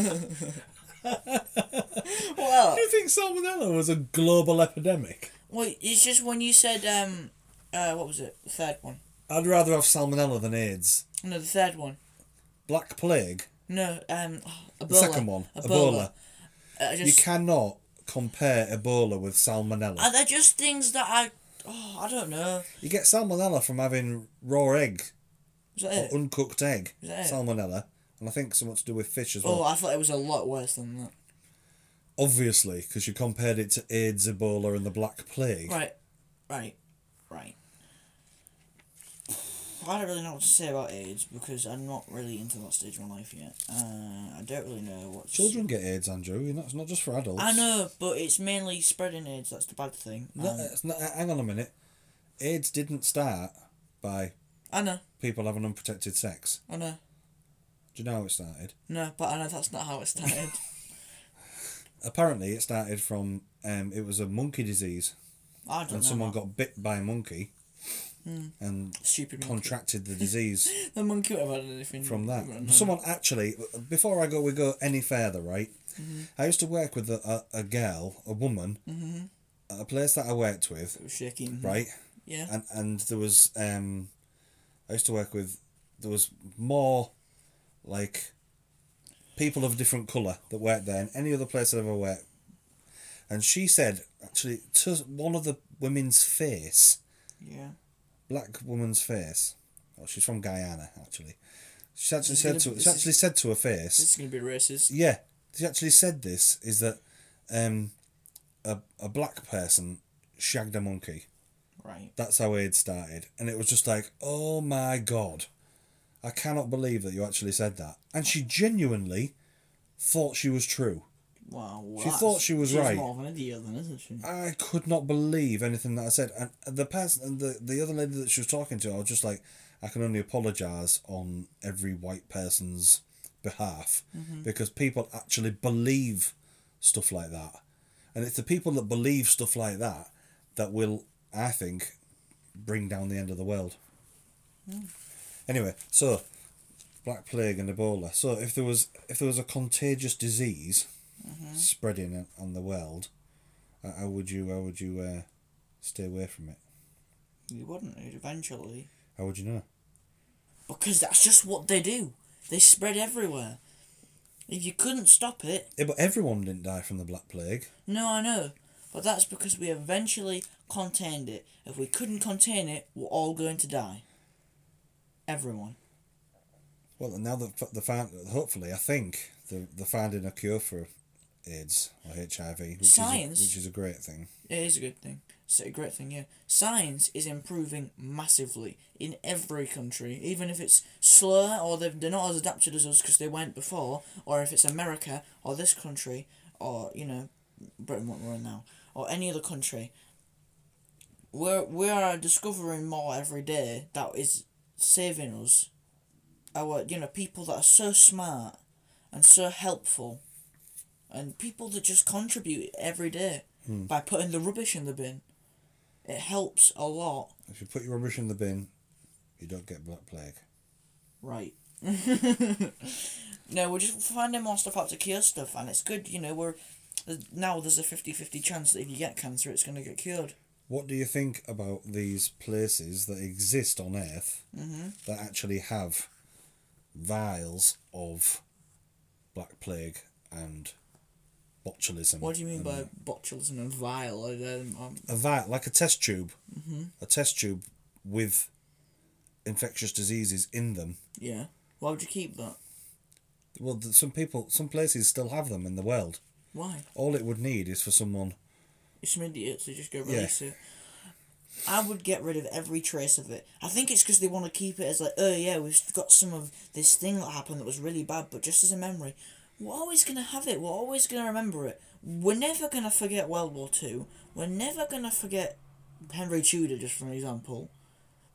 well, Do you think salmonella was a global epidemic? well, it's just when you said um, uh, what was it? The third one. I'd rather have salmonella than AIDS. No, the third one. Black plague, No, um, oh, Ebola. the second one, Ebola. Uh, I You just, cannot compare Ebola with salmonella. Are there just things that I? Oh, I don't know. You get salmonella from having raw egg Is that or it? uncooked egg. Is that it? Salmonella, and I think something to do with fish as well. Oh, I thought it was a lot worse than that. Obviously, because you compared it to AIDS, Ebola, and the Black Plague. Right, right, right. I don't really know what to say about AIDS because I'm not really into that stage of my life yet. Uh, I don't really know what. to- Children get AIDS, Andrew. You're not, it's not just for adults. I know, but it's mainly spreading AIDS. That's the bad thing. No, Um, it's not, uh, hang on a minute. AIDS didn't start by I know, people having unprotected sex. I know, Do you know how it started? no, but I know that's not how it started. Apparently, it started from um, it was a monkey disease, I don't know. and someone that. got bit by a monkey, and stupid monkey. contracted the disease. The monkey would have had anything from that. No, no. Someone actually, before I go, we go any further, right? I used to work with a, a, a girl, a woman, at a place that I worked with, It was shaking. right? Yeah. And and there was um, I used to work with, there was more, like, people of different colour that worked there than any other place I'd ever worked. And she said, actually, to one of the women's face, yeah. black woman's face. Oh, she's from Guyana, actually. She actually This is said gonna- to she this actually said to her face. This is gonna be racist. Yeah, she actually said this is that, um, a a black person shagged a monkey. Right. That's how AIDS started, and it was just like, oh my god, I cannot believe that you actually said that. And she genuinely thought she was true. Wow. Well, She that's- thought she was she's right. more of an idiot then, isn't she? I could not believe anything that I said, and the person, and the the other lady that she was talking to, I was just like, I can only apologize on every white person's behalf because people actually believe stuff like that, and it's the people that believe stuff like that that will, I think, bring down the end of the world. Anyway, so black plague and Ebola. So if there was if there was a contagious disease spreading on the world. Uh, how would you how would you uh, stay away from it? You wouldn't you'd eventually. How would you know? Because that's just what they do. They spread everywhere. If you couldn't stop it, Yeah, but everyone didn't die from the Black Plague. no, I know. But that's because we eventually contained it. If we couldn't contain it, we're all going to die. Everyone. Well, and now that the find hopefully I think the the finding a cure for AIDS or HIV, which Science. is a, which is a great thing. It is a good thing. It's a great thing, yeah. Science is improving massively in every country, even if it's slow or they've- they're not as adapted as us because they weren't before, or if it's America or this country or, you know, Britain, what we're in now, or any other country. We're, we are discovering more every day that is saving us. Our, you know, people that are so smart and so helpful and people that just contribute every day by putting the rubbish in the bin. It helps a lot. If you put your rubbish in the bin, you don't get Black Plague. Right. no, we're just finding more stuff out to cure stuff, and it's good, you know, we're. Now there's a 50 50 chance that if you get cancer, it's going to get cured. What do you think about these places that exist on Earth Mm-hmm. that actually have vials of Black Plague and botulism? What do you and mean by botulism and vile? I, um, um, a vat, like a test tube, Mm-hmm. a test tube with infectious diseases in them. yeah. Why would you keep that? Well, th- some people, some places still have them in the world. Why? All it would need is for someone. It's some idiots who just go release it. I would get rid of every trace of it. I think it's because they want to keep it as like, oh yeah, we've got some of this thing that happened that was really bad, but just as a memory. We're always gonna have it. We're always gonna remember it. We're never gonna forget World War Two. We're never gonna forget Henry Tudor, just for an example.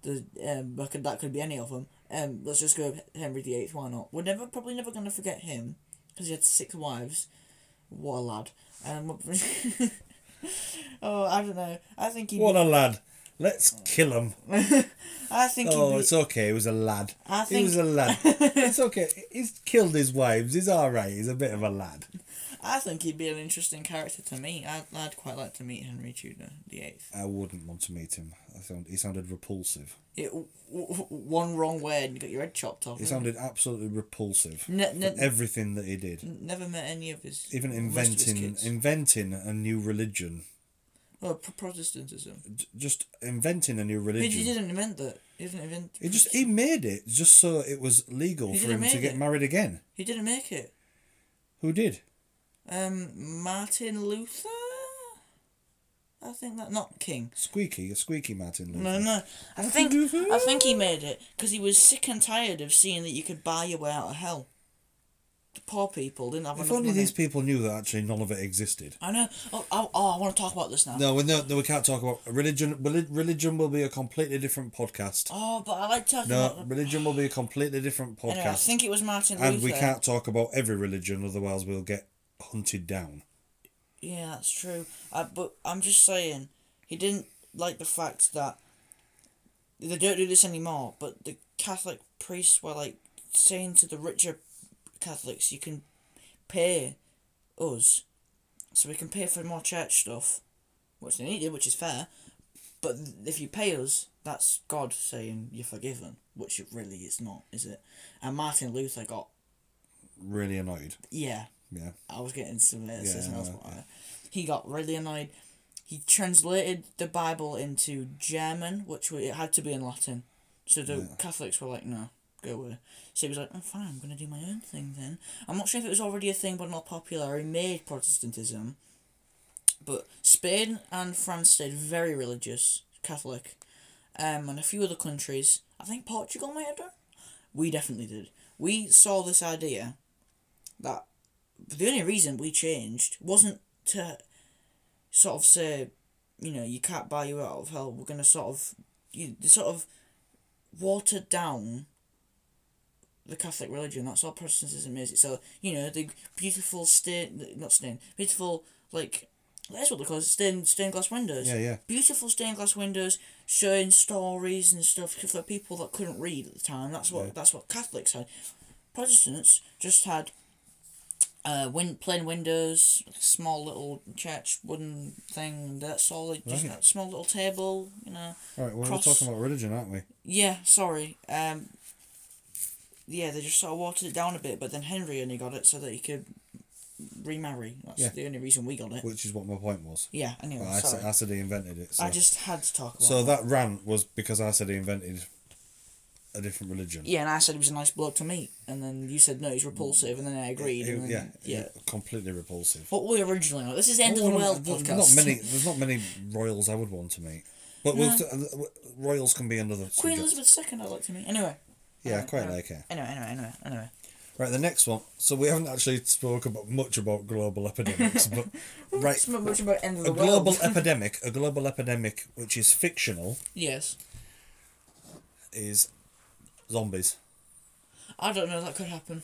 The um, that could, that could be any of them. Um, let's just go with Henry the Eighth. Why not? We're never probably never gonna forget him because he had six wives. What a lad. Um, oh, I don't know. I think he. What a lad! Let's kill him. I think he'd Oh, be- it's okay. He was a lad. I He think- was a lad. it's okay. He's killed his wives. He's all right. He's a bit of a lad. I think he'd be an interesting character to meet. I'd, I'd quite like to meet Henry Tudor the Eighth. I wouldn't want to meet him. I found he sounded repulsive. It w- w- one wrong word and you got your head chopped off. He sounded absolutely repulsive. Ne- ne- for everything that he did, never met any Mm. of his even most of his inventing kids. inventing a new religion, well, pro- Protestantism. J- just inventing a new But he religion. didn't invent that. He didn't invent. He just he made it just so it was legal He for didn't him to make get it. married again. He didn't make it. Who did? Um, Martin Luther. I think that not King. Squeaky, a squeaky Martin Luther. No, no. I think I think he made it because he was sick and tired of seeing that you could buy your way out of hell. The poor people didn't have If enough only money. these people knew that actually none of it existed. I know. Oh, oh, oh I want to talk about this now. No, we no, no, we can't talk about religion. Reli- Religion will be a completely different podcast. Oh, but I like talking No, about. religion will be a completely different Anyway, I podcast, think it was Martin Luther. and we can't talk about every religion, otherwise we'll get hunted down. Yeah, that's true. Uh, but I'm just saying, he didn't like the fact that they don't do this anymore. But the Catholic priests were like saying to the richer Catholics, "You can pay us, so we can pay for more church stuff, which they needed, which is fair. But if you pay us, that's God saying you're forgiven, which it really is not, is it? And Martin Luther got Really annoyed. yeah." Yeah. I was getting some Yeah, criticism. I that's know, why. He got really annoyed. He translated the Bible into German, which wa- it had to be in Latin. So the Catholics were like, no, go away. So he was like, oh, fine, I'm going to do my own thing then. I'm not sure if it was already a thing, but not popular. He made Protestantism. But Spain and France stayed very religious, Catholic. Um, and a few other countries, I think Portugal might have done. We definitely did. We saw this idea that the only reason we changed wasn't to sort of say, you know, you can't buy you out of hell. We're gonna sort of, you they sort of watered down the Catholic religion. That's all Protestantism is. It's a you know the beautiful stain, not stain, beautiful like that's what they call it, stained stained glass windows. Yeah, yeah. Beautiful stained glass windows showing stories and stuff for people that couldn't read at the time. That's what that's what Catholics had. Protestants just had uh, win- plain windows, small little church wooden thing. That's all. They just Right. that small little table, you know. All right, well, Cross- we're talking about religion, aren't we? Yeah, sorry. Um, yeah, they just sort of watered it down a bit, but then Henry only got it so that he could remarry. That's Yeah. the only reason we got it. Which is what my point was. yeah. Anyway, I, sorry. said, I said he invented it. So. I just had to talk about. so that rant was because I said he invented a different religion. Yeah, and I said he was a nice bloke to meet, and then you said no, he's repulsive, and then I agreed. It- and then, yeah, yeah. it- completely repulsive. What we originally like, this is the end of the world There's podcast. Not many. There's not many royals I would want to meet. But we'll t- uh, royals can be another. Queen subject. Elizabeth II, I'd like to meet. Anyway. Yeah, I Anyway, quite anyway. like her. Anyway, anyway, anyway, anyway. Right, the next one. So we haven't actually spoke about much about global epidemics, but right, It's not much about end of the a world. global epidemic, a global epidemic which is fictional, yes. is zombies. I don't know, that could happen.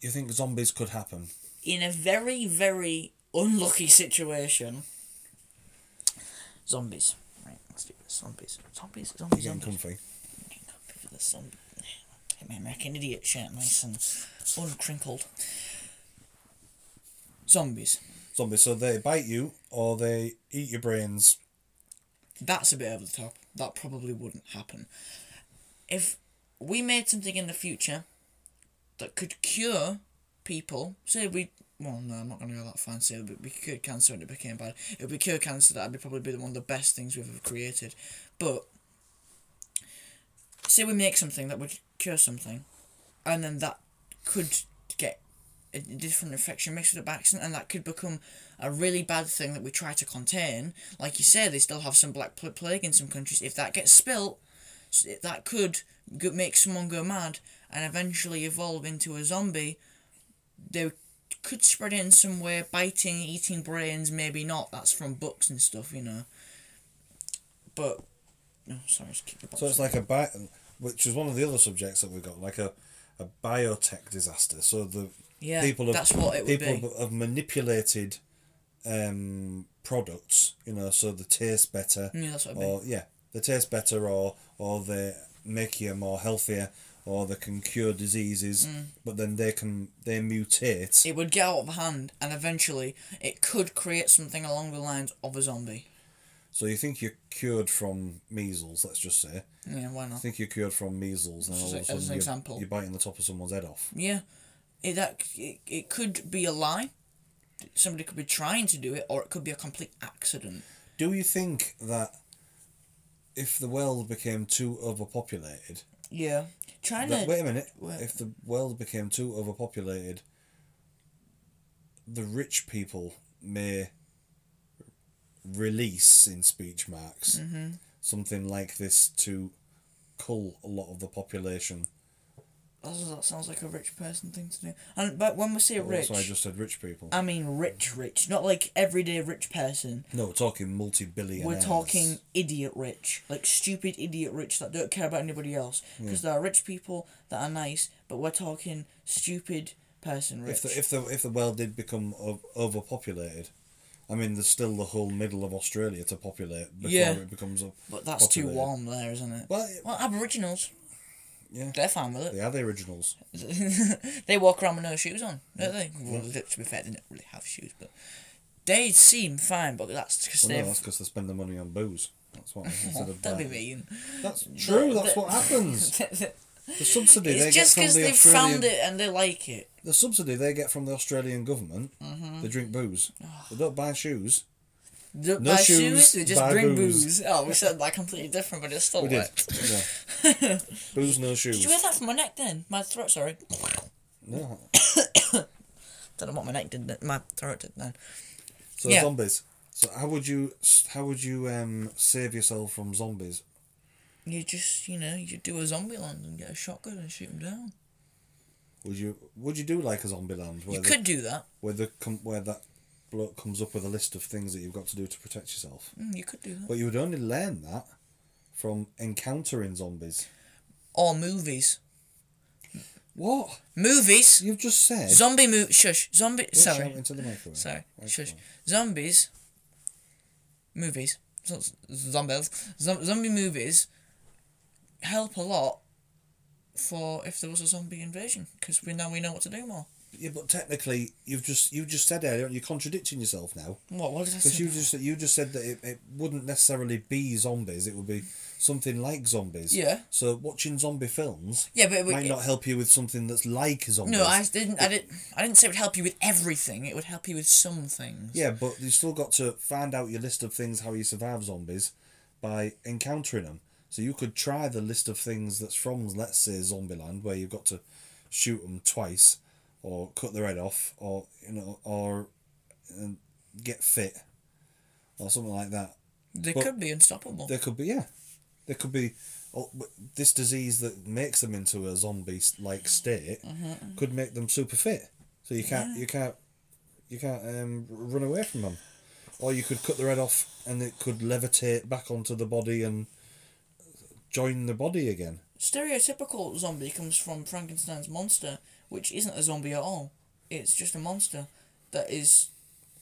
You think zombies could happen? In a very, very unlucky situation. Zombies. Right, let's do this. Zombies. Zombies, zombies, Getting zombies. comfy. Copy for the zombie. Get my American idiot shirt nice and uncrinkled. Zombies. Zombies. So they bite you or they eat your brains. that's a bit over the top. That probably wouldn't happen. If we made something in the future that could cure people, say we, well, no, I'm not going to go that fancy, but we cured cancer and it became bad. It would be cure cancer, that would probably be one of the best things we've ever created. But say we make something that would cure something, and then that could get a different infection mixed with a black accent, and that could become a really bad thing that we try to contain. Like you say, they still have some black pl- plague in some countries. If that gets spilt, s- that could go- make someone go mad and eventually evolve into a zombie. They could spread it in some way, biting, eating brains, maybe not. That's from books and stuff, you know. But no, sorry, just keep the box. So it's like a bi- which is one of the other subjects that we've got, like a, a biotech disaster. So the Yeah, people have that's what it would people be. have manipulated um, products, you know, so they taste better. Yeah, that's what it'd be. or yeah, they taste better, or or they make you more healthier, or they can cure diseases. Mm. But then they can they mutate. it would get out of hand and eventually it could create something along the lines of a zombie. So you think you're cured from measles? Let's just say. Yeah, why I not? think you're cured from measles, and all of Just a- a as sudden an you're, example. you're biting the top of someone's head off. Yeah, it, that it, it could be a lie. Somebody could be trying to do it, or it could be a complete accident. Do you think that if the world became too overpopulated, Yeah, trying that, to. wait a minute, Well- if the world became too overpopulated, the rich people may release in speech marks Mm-hmm. something like this to cull a lot of the population. Oh, that sounds like a rich person thing to do. And but when we say rich, That's why I just said rich people. I mean rich, rich, not like everyday rich person. no, we're talking multi-billionaires. We're talking idiot rich, like stupid idiot rich that don't care about anybody else. Because there are rich people that are nice, but we're talking stupid person rich. if the if the if the world did become o- overpopulated, I mean, there's still the whole middle of Australia to populate before Yeah. it becomes a. but that's too populated. warm there, isn't it? Well, it- well Aboriginals, Yeah, they're fine with they are the originals. it. they walk around with no shoes on, don't they? Well, to be fair, they don't really have shoes, but they seem fine. But that's because Well, no, they've. that's because they spend the money on booze. That's what. Instead of don't be buying- mean. That's true. The- That's the- what happens. The subsidy they it's get just from because the they found Australian it and they like it. the subsidy they get from the Australian government. Mm-hmm. They drink booze. They don't buy shoes. Don't No buy shoes, shoes, they just buy bring booze. booze. Oh, we said that completely different, but it still We did. worked. Yeah. Booze, no Did shoes. you hear that from my neck then? My throat, sorry. No. Don't know what my neck did, then- my throat did then. So Yeah. zombies. So how would you how would you um save yourself from zombies? You just, you know, you do a zombie land and get a shotgun and shoot them down. Would you would you do like a Zombieland where You the, could do that. where the com- where that bloke comes up with a list of things that you've got to do to protect yourself? Mm, you could do that. But you would only learn that from encountering zombies. Or movies. What Movies! you've just said? Zombie movie. Shush. Zombie. Don't shout Sorry. into the microwave. Sorry. That's Shush. fine. Zombies. Movies. So- Zombies. Zom- zombie movies help a lot for if there was a zombie invasion because we now we know what to do more. Yeah, but technically, you've just you just said earlier. You're contradicting yourself now What? What did I because say? you just you just said that it, it wouldn't necessarily be zombies. It would be something like zombies. Yeah. So watching zombie films. Yeah, but it would- might not help you with something that's like zombies. No, I didn't. I didn't. I didn't say it would help you with everything. It would help you with some things. Yeah, but you still got to find out your list of things how you survive zombies by encountering them. So you could try the list of things that's from, let's say, Zombieland, where you've got to shoot them twice, or cut their head off, or you know, or um, get fit, or something like that. they but- could be unstoppable. There could be yeah, there could be. Oh, but this disease that makes them into a zombie-like state could make them super fit, so you can't you can't you can't um, r- run away from them, or you could cut their head off and it could levitate back onto the body and join the body again. Stereotypical zombie comes from Frankenstein's monster, which isn't a zombie at all. It's just a monster that is.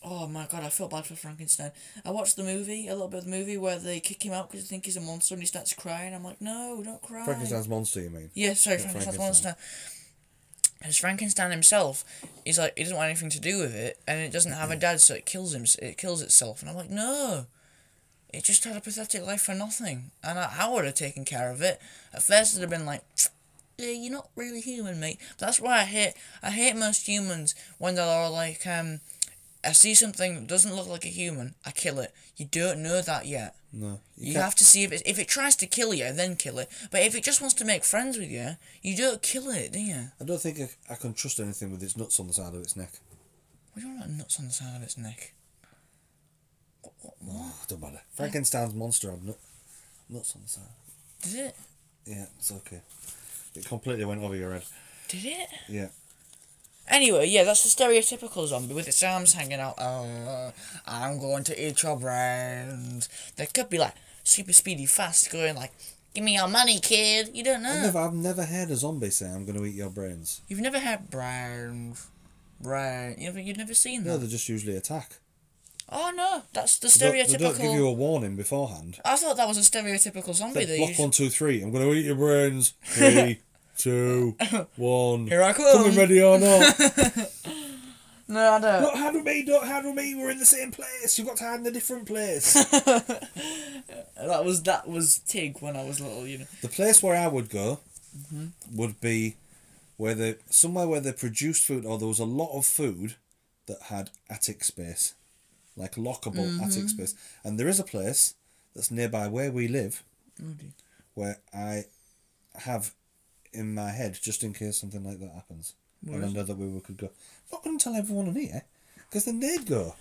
Oh my god, I feel bad for Frankenstein. I watched the movie, a little bit of the movie, where they kick him out because they think he's a monster and he starts crying. I'm like, no, don't cry. Frankenstein's monster, you mean? Yeah, sorry, Yeah, Frankenstein's Frankenstein. monster. Because Frankenstein himself, he's like he doesn't want anything to do with it, and it doesn't have a dad, so it kills him. It kills itself, and I'm like, no, it just had a pathetic life for nothing. And I, I would have taken care of it. At first, I'd have been like, yeah, you're not really human, mate. That's why I hate I hate most humans when they're all like, um, I see something that doesn't look like a human, I kill it. You don't know that yet. No. You, You can't- have to see if it, if it tries to kill you, then kill it. But if it just wants to make friends with you, you don't kill it, do you? I don't think I, I can trust anything with its nuts on the side of its neck. What do you want about nuts on the side of its neck? What? What? what? Oh, Don't matter. Frankenstein's monster had nut, nuts on the side. Did it? Yeah, it's okay. It completely went over your head. Did it? Yeah. Anyway, yeah, that's the stereotypical zombie with its arms hanging out. Uh, I'm going to eat your brains. They could be like super speedy, fast, going like, "Give me your money, kid." You don't know. I've never, I've never heard a zombie say, I'm going to eat your brains. You've never had brains, brain. You've you've never seen No, that. they just usually attack. Oh no, that's the They don't, stereotypical. they don't give you a warning beforehand. I thought that was a stereotypical zombie. They That block you... one, two, three. I'm going to eat your brains. Three, two, one. Here I Coming come. ready or not. No, I don't. Not hide with me, don't hide with me. We're in the same place. You've got to hide in a different place. That was that was Tig when I was little. You know. The place where I would go would be where they somewhere where they produced food or there was a lot of food that had attic space, like lockable attic space. And there is a place that's nearby where we live, where I have in my head just in case something like that happens. and I know that we would- could go. I'm not going to tell everyone on here because then they'd go.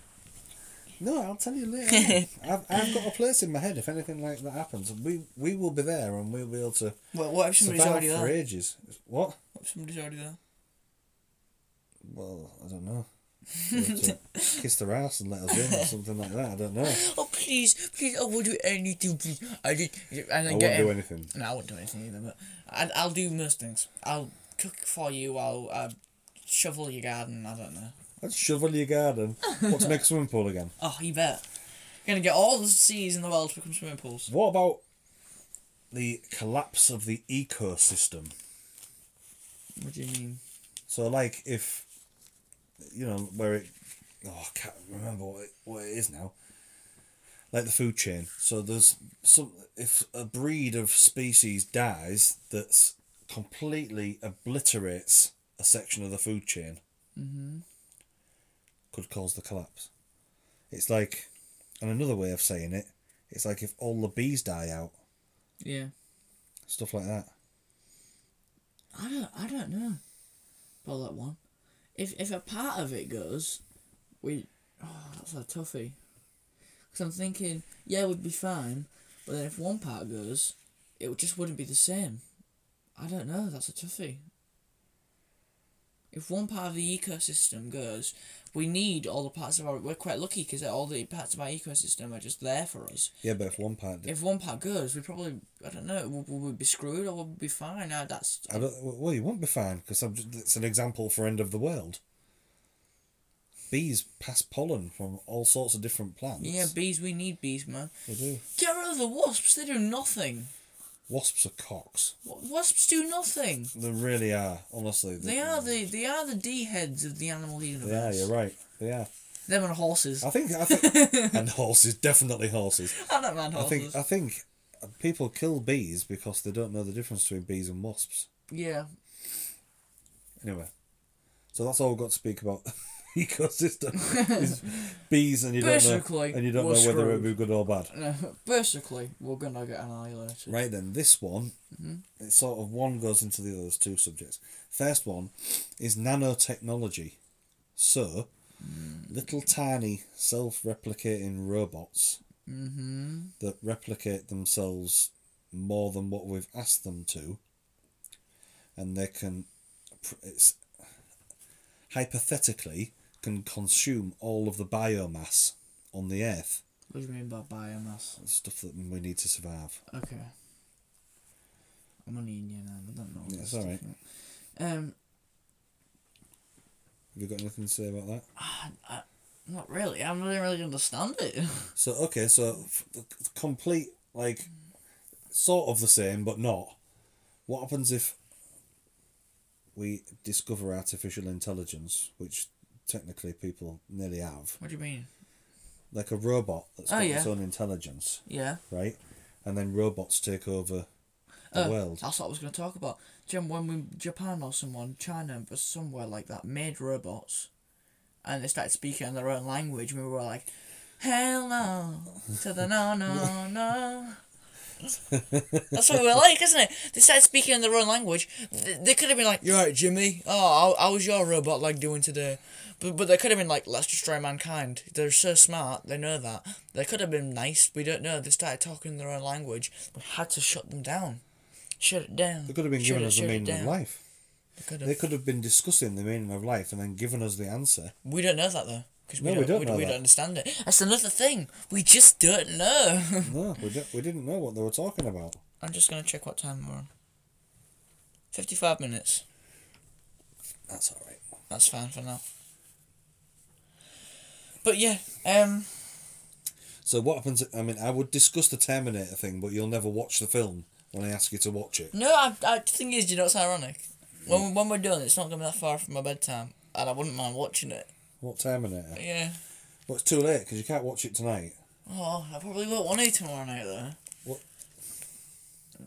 No, I'll tell you later. on. I've, I've got a place in my head. If anything like that happens, we we will be there and we'll be able to Well, what if somebody's survive already there? for What ages. What? if somebody's already there? Well, I don't know. We'll have to kiss their ass and let us in or something like that. I don't know. Oh please, please! I will do anything, please. I did, and I then won't get do him. anything. No, I won't do anything either. But I, I'll do most things. I'll cook for you. I'll uh, shovel your garden. I don't know. Let's shovel your garden. What's make a swimming pool again? Oh, you bet. You're gonna get all the seas in the world to become swimming pools. What about the collapse of the ecosystem? What do you mean? So like if you know where it oh I can't remember what it, what it is now. Like the food chain. So there's some if a breed of species dies that's completely obliterates a section of the food chain. Mm-hmm. Could cause the collapse. It's like and another way of saying it, it's like if all the bees die out, Yeah. stuff like that. I don't. I don't know. About that one. If if a part of it goes, we. Oh, that's a toughie. Because I'm thinking, yeah, we'd be fine, but then if one part goes, it would- just wouldn't be the same. I don't know. That's a toughie. If one part of the ecosystem goes, we need all the parts of our. We're quite lucky because all the parts of our ecosystem are just there for us Yeah, but if one part if one part goes, we probably I don't know, will, will we be screwed or will we be fine? Uh, that's I don't, well, you won't be fine because it's an example for end of the world. Bees pass pollen from all sorts of different plants. yeah, bees. We need bees, man. they do. Get rid of the wasps. They do nothing. Wasps are cocks. Wa- Wasps do nothing. They really are. Honestly, They are the they are the d heads of the animal universe. They are. You're right. They are. Them and horses. I think. I think. and horses, definitely horses. I don't mind I horses. think. I think. uh, People kill bees because they don't know the difference between bees and wasps. yeah. Anyway, so that's all we've got to speak about. ecosystem is bees, and you don't Basically, know, and you don't know we're whether it screwed. would be good or bad. No, uh, basically, we're gonna get annihilated. Right then, this one, it's sort of one goes into the other, there's two subjects. First one is nanotechnology. So, little tiny self replicating robots that replicate themselves more than what we've asked them to, and they can, pr- it's hypothetically, can consume all of the biomass on the earth, What do you mean by biomass? stuff that we need to survive. Okay. I'm only Indian. I don't know. all Yeah, this it's all stuff, right. yeah. Um, Have you got anything to say about that? not really. I don't really understand it. So okay, so f- the c- complete like sort of the same but not. What happens if we discover artificial intelligence, which technically people nearly have, what do you mean? like a robot that's Oh, got its yeah. own intelligence, Yeah. right? And then robots take over the Oh, world. That's what I was going to talk about. Do you remember when we, Japan or someone, China or somewhere like that, made robots, and they started speaking in their own language, and we were like, Hello to the no no no. That's what we're like, isn't it? They started speaking in their own language. Th- They could have been like, "You're right, Jimmy. Oh, how, how's your robot leg doing today?" But but they could have been like, "Let's destroy mankind." They're so smart. They know that. They could have been nice. We don't know. They started talking in their own language. We had to shut them down. Shut it down. They could have been Shut given it- us the shut it meaning of down. life. They could have. They could have been discussing the meaning of life and then given us the answer. We don't know that though. Because we, No, don't, we, we, that. don't understand it. That's another thing. We just don't know. No, we, don't, we didn't know what they were talking about. I'm just going to check what time we're on. 55 minutes. That's all right. That's fine for now. But yeah, um, So what happens? I mean, I would discuss the Terminator thing, but you'll never watch the film when I ask you to watch it. no, I, I, the thing is, do you know what's ironic? When, we- when we're done, it's not going to be that far from my bedtime, and I wouldn't mind watching it. What Terminator? Yeah. Well, it's too late because you can't watch it tonight. Oh, I probably won't want to tomorrow night, though. What?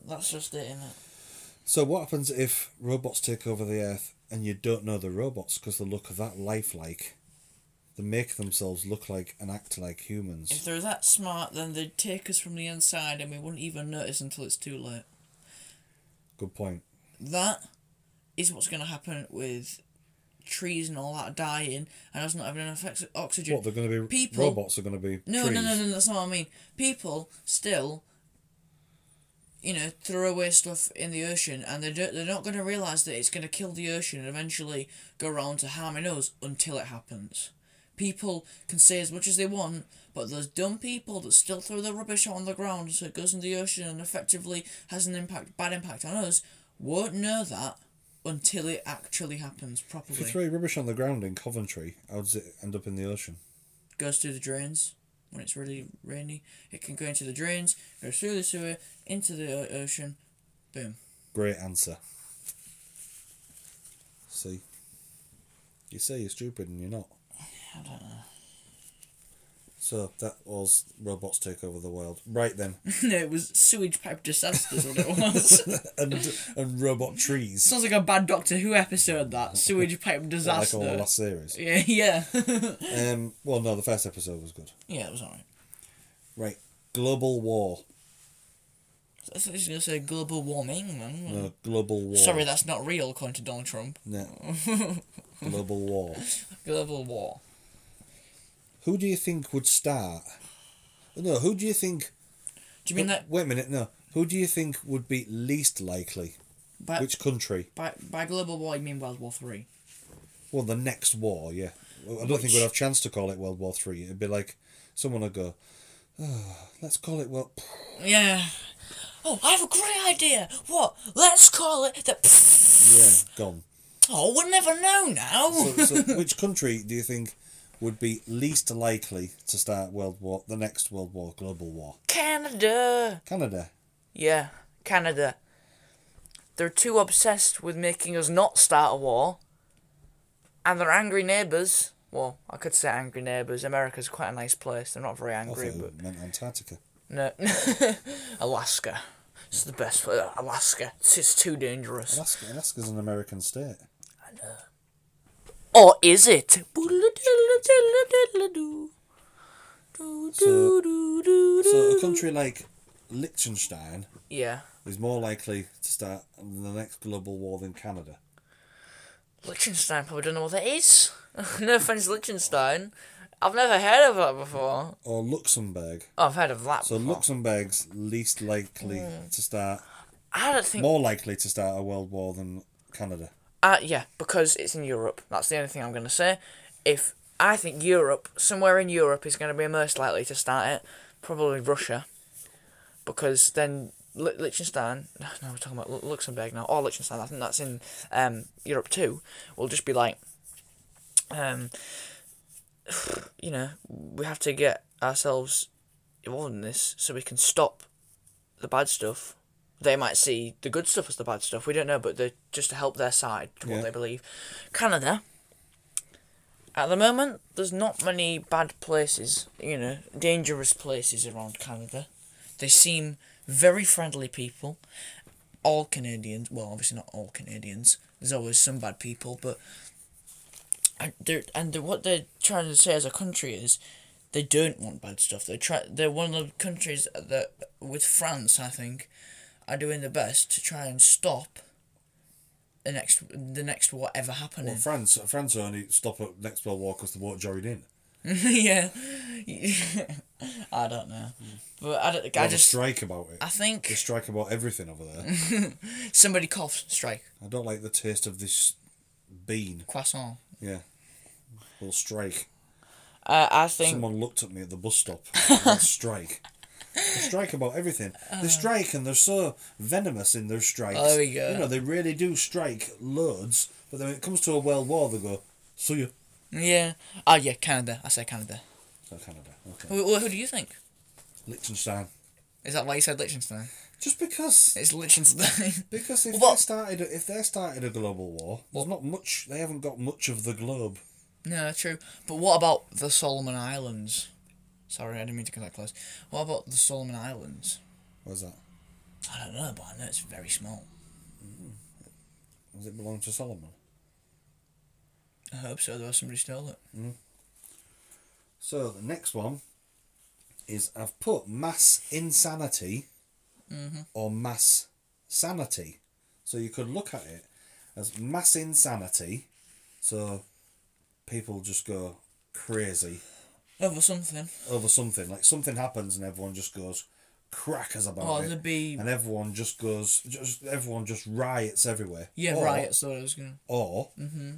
That's just it, isn't it? So what happens if robots take over the Earth and you don't know the robots because the look of that lifelike? They make themselves look like and act like If humans. they're that smart, then they'd take us from the inside, and we wouldn't even notice until it's too late. Good point. that is what's going to happen with trees and all that dying and us not having enough ex- oxygen. What they're going to be? People- Robots are going to be no, trees. no, no, no, that's not what I mean. People still, you know, throw away stuff in the ocean and they don't, they're not going to realise that it's going to kill the ocean and eventually go round to harming us until it happens. People can say as much as they want, but there's dumb people that still throw their rubbish out on the ground so it goes in the ocean and effectively has an impact, bad impact on us, won't know that until it actually happens If you properly. throw your rubbish on the ground in Coventry, how does it end up in the ocean? goes through the drains when it's really rainy. It can go into the drains, goes through the sewer, into the o- ocean. Boom. Great answer. See? You say you're stupid and you're not. I don't know. So that was robots take over the world. Right then. no, it was sewage pipe disasters. What it was. and and robot trees. Sounds like a bad Doctor Who episode. That sewage pipe Like disaster. all the last series. yeah, yeah, Um well no, the first episode was good. yeah. It was alright. Right. Global war. I thought you were gonna say global warming. Man. No, global war. Sorry, that's not real, according to Donald Trump. No. global war. Global war. Who do you think would start? No, who do you think Do you mean that Wait a minute, no. Who do you think would be least likely? by, Which country? by by global war you mean World War Three? Well, the next war, yeah. I don't think Which- we'd have a chance to call it World War Three. It'd be like someone would go, oh, let's call it well. Yeah. Oh, I have a great idea. What? Let's call it the. Yeah, gone. Oh, we'll never know now. So, so which country do you think would be least likely to start World War, the next World War, global war? Canada. Canada. Yeah, Canada. They're too obsessed with making us not start a war, and they're angry neighbours. Well, I could say angry neighbours. America's quite a nice place. They're not very I thought angry, but it meant Antarctica. no, Alaska. It's the best. For Alaska. It's it's too dangerous. Alaska, Alaska's an American state. Or is it? So- So a country like Liechtenstein Yeah. is more likely to start the next global war than Canada. Liechtenstein probably don't know what that is. no offense, Liechtenstein. I've never heard of that before. Or Luxembourg. Oh, I've heard of that So before. Luxembourg's least likely Hmm. to start, I don't think. more likely to start a world war than Canada. Uh, yeah, because it's in Europe. That's the only thing I'm going to say. If I think Europe, somewhere in Europe, is going to be most likely to start it, probably Russia, because then Li- Liechtenstein. No, we're talking about Lu- Luxembourg now. Or Liechtenstein. I think that's in um, Europe too. Will just be like, um, you know, we have to get ourselves involved in this so we can stop the bad stuff. They might see the good stuff as the bad stuff. We don't know, but they're just to help their side to Yeah. what they believe. Canada. At the moment, there's not many bad places, you know, dangerous places around Canada. They seem very friendly people. All Canadians, well, obviously not all Canadians. There's always some bad people, but and they're, and they're, what they're trying to say as a country is They don't want bad stuff. They try. They're one of the countries that, with France, I think, are doing the best to try and stop the next the next whatever happening. Well, France, France only stop at next World War because the war joined in. yeah, I don't know, but I, don't, I There's a just Mm. strike about it. I think They strike about everything over there. somebody coughs strike I don't like the taste of this bean. croissant. Yeah. Well, strike. Uh, I think Someone looked at me at the bus stop. They'll strike. They strike about everything. They strike and they're so venomous in their strikes. There Uh. Oh, we go. You know, they really do strike loads, but then when it comes to a world war, they go, see you. yeah. Oh yeah, Canada. I say Canada. So Canada. Okay. Who, who who do you think? Liechtenstein. Is that why you said Liechtenstein? Just because. It's Liechtenstein. Because if Well- they started, if they started a global war, there's not much. They haven't got much of the globe. no, true. But what about the Solomon Islands? Sorry, I didn't mean to come that close. What about the Solomon Islands? Where's that? I don't know, but I know it's very small. Does it belong to Solomon? I hope so. Otherwise, somebody stole it. So the next one is I've put mass insanity Mm-hmm. or mass sanity. So you could look at it as mass insanity. So people just go crazy Over Oh, something. over something. Like something happens and everyone just goes crackers about Oh, it. there'd be- And everyone just goes, just everyone just riots everywhere. Yeah, Or- riots. Mm-hmm. Thought I was gonna. or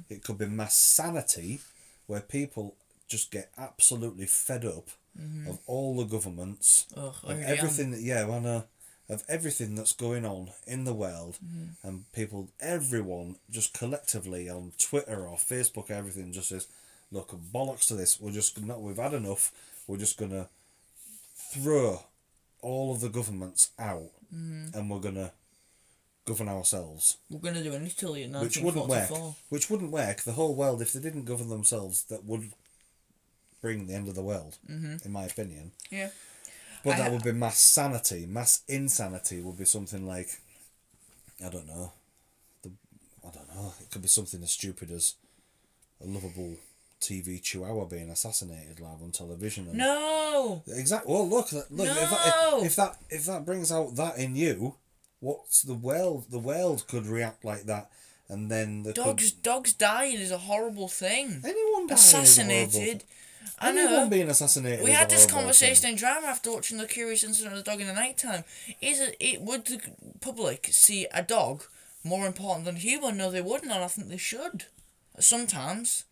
it could be mass sanity, where people just get absolutely fed up Mm-hmm. of all the governments, Ugh, I of really am. everything that yeah, well, no, of everything that's going on in the world, and people, everyone, just collectively on Twitter or Facebook, everything just says, "Look, bollocks to this. We're just not. We've had enough. We're just gonna throw all of the governments out, and we're gonna govern ourselves." We're gonna do an Italy in which wouldn't work. 1944. Which wouldn't work. The whole world, if they didn't govern themselves, that would bring the end of the world, mm in my opinion. Yeah. But I that ha- would be mass sanity. Mass insanity would be something like, I don't know, the, I don't know. It could be something as stupid as a lovable TV chihuahua being assassinated live on television. And No. Exactly. Well, look, that- look. If, that, No! if, if that if that brings out that in you, what's the world? The world could react like that, and then the Dogs. Dogs dying is a horrible thing. anyone dying is Assassinated. horrible. I know. Anyone being assassinated. We is a had this horrible conversation thing. in drama after watching the curious incident of the dog in the nighttime. Is it, it would the public see a dog more important than a human? No, they wouldn't, and I think they should. Sometimes,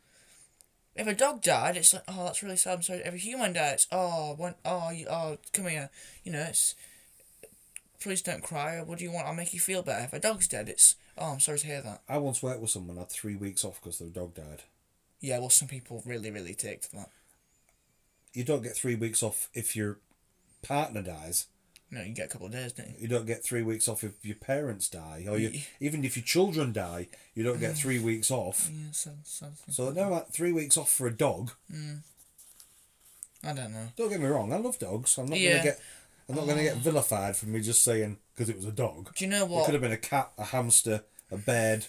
if a dog died, it's like, oh, that's really sad. I'm sorry. If a human died, it's oh, one, oh, you, oh, come here. You know, it's please don't cry. What do you want? I'll make you feel better. If a dog's dead, it's oh, I'm sorry to hear that. I once worked with someone had three weeks off because their dog died. Yeah, well, some people really, really take to that. You don't get three weeks off if your partner dies. No, you get a couple of days, don't you? You don't get three weeks off if your parents die, or you, Ye- even if your children die, you don't get three weeks off. Yeah, some, something. So no, like, three weeks off for a dog. I don't know. Don't get me wrong, I love dogs. I'm not Yeah. gonna get I'm not gonna get vilified for me just saying because it was a dog. Do you know It what? could have been a cat, a hamster, a bird,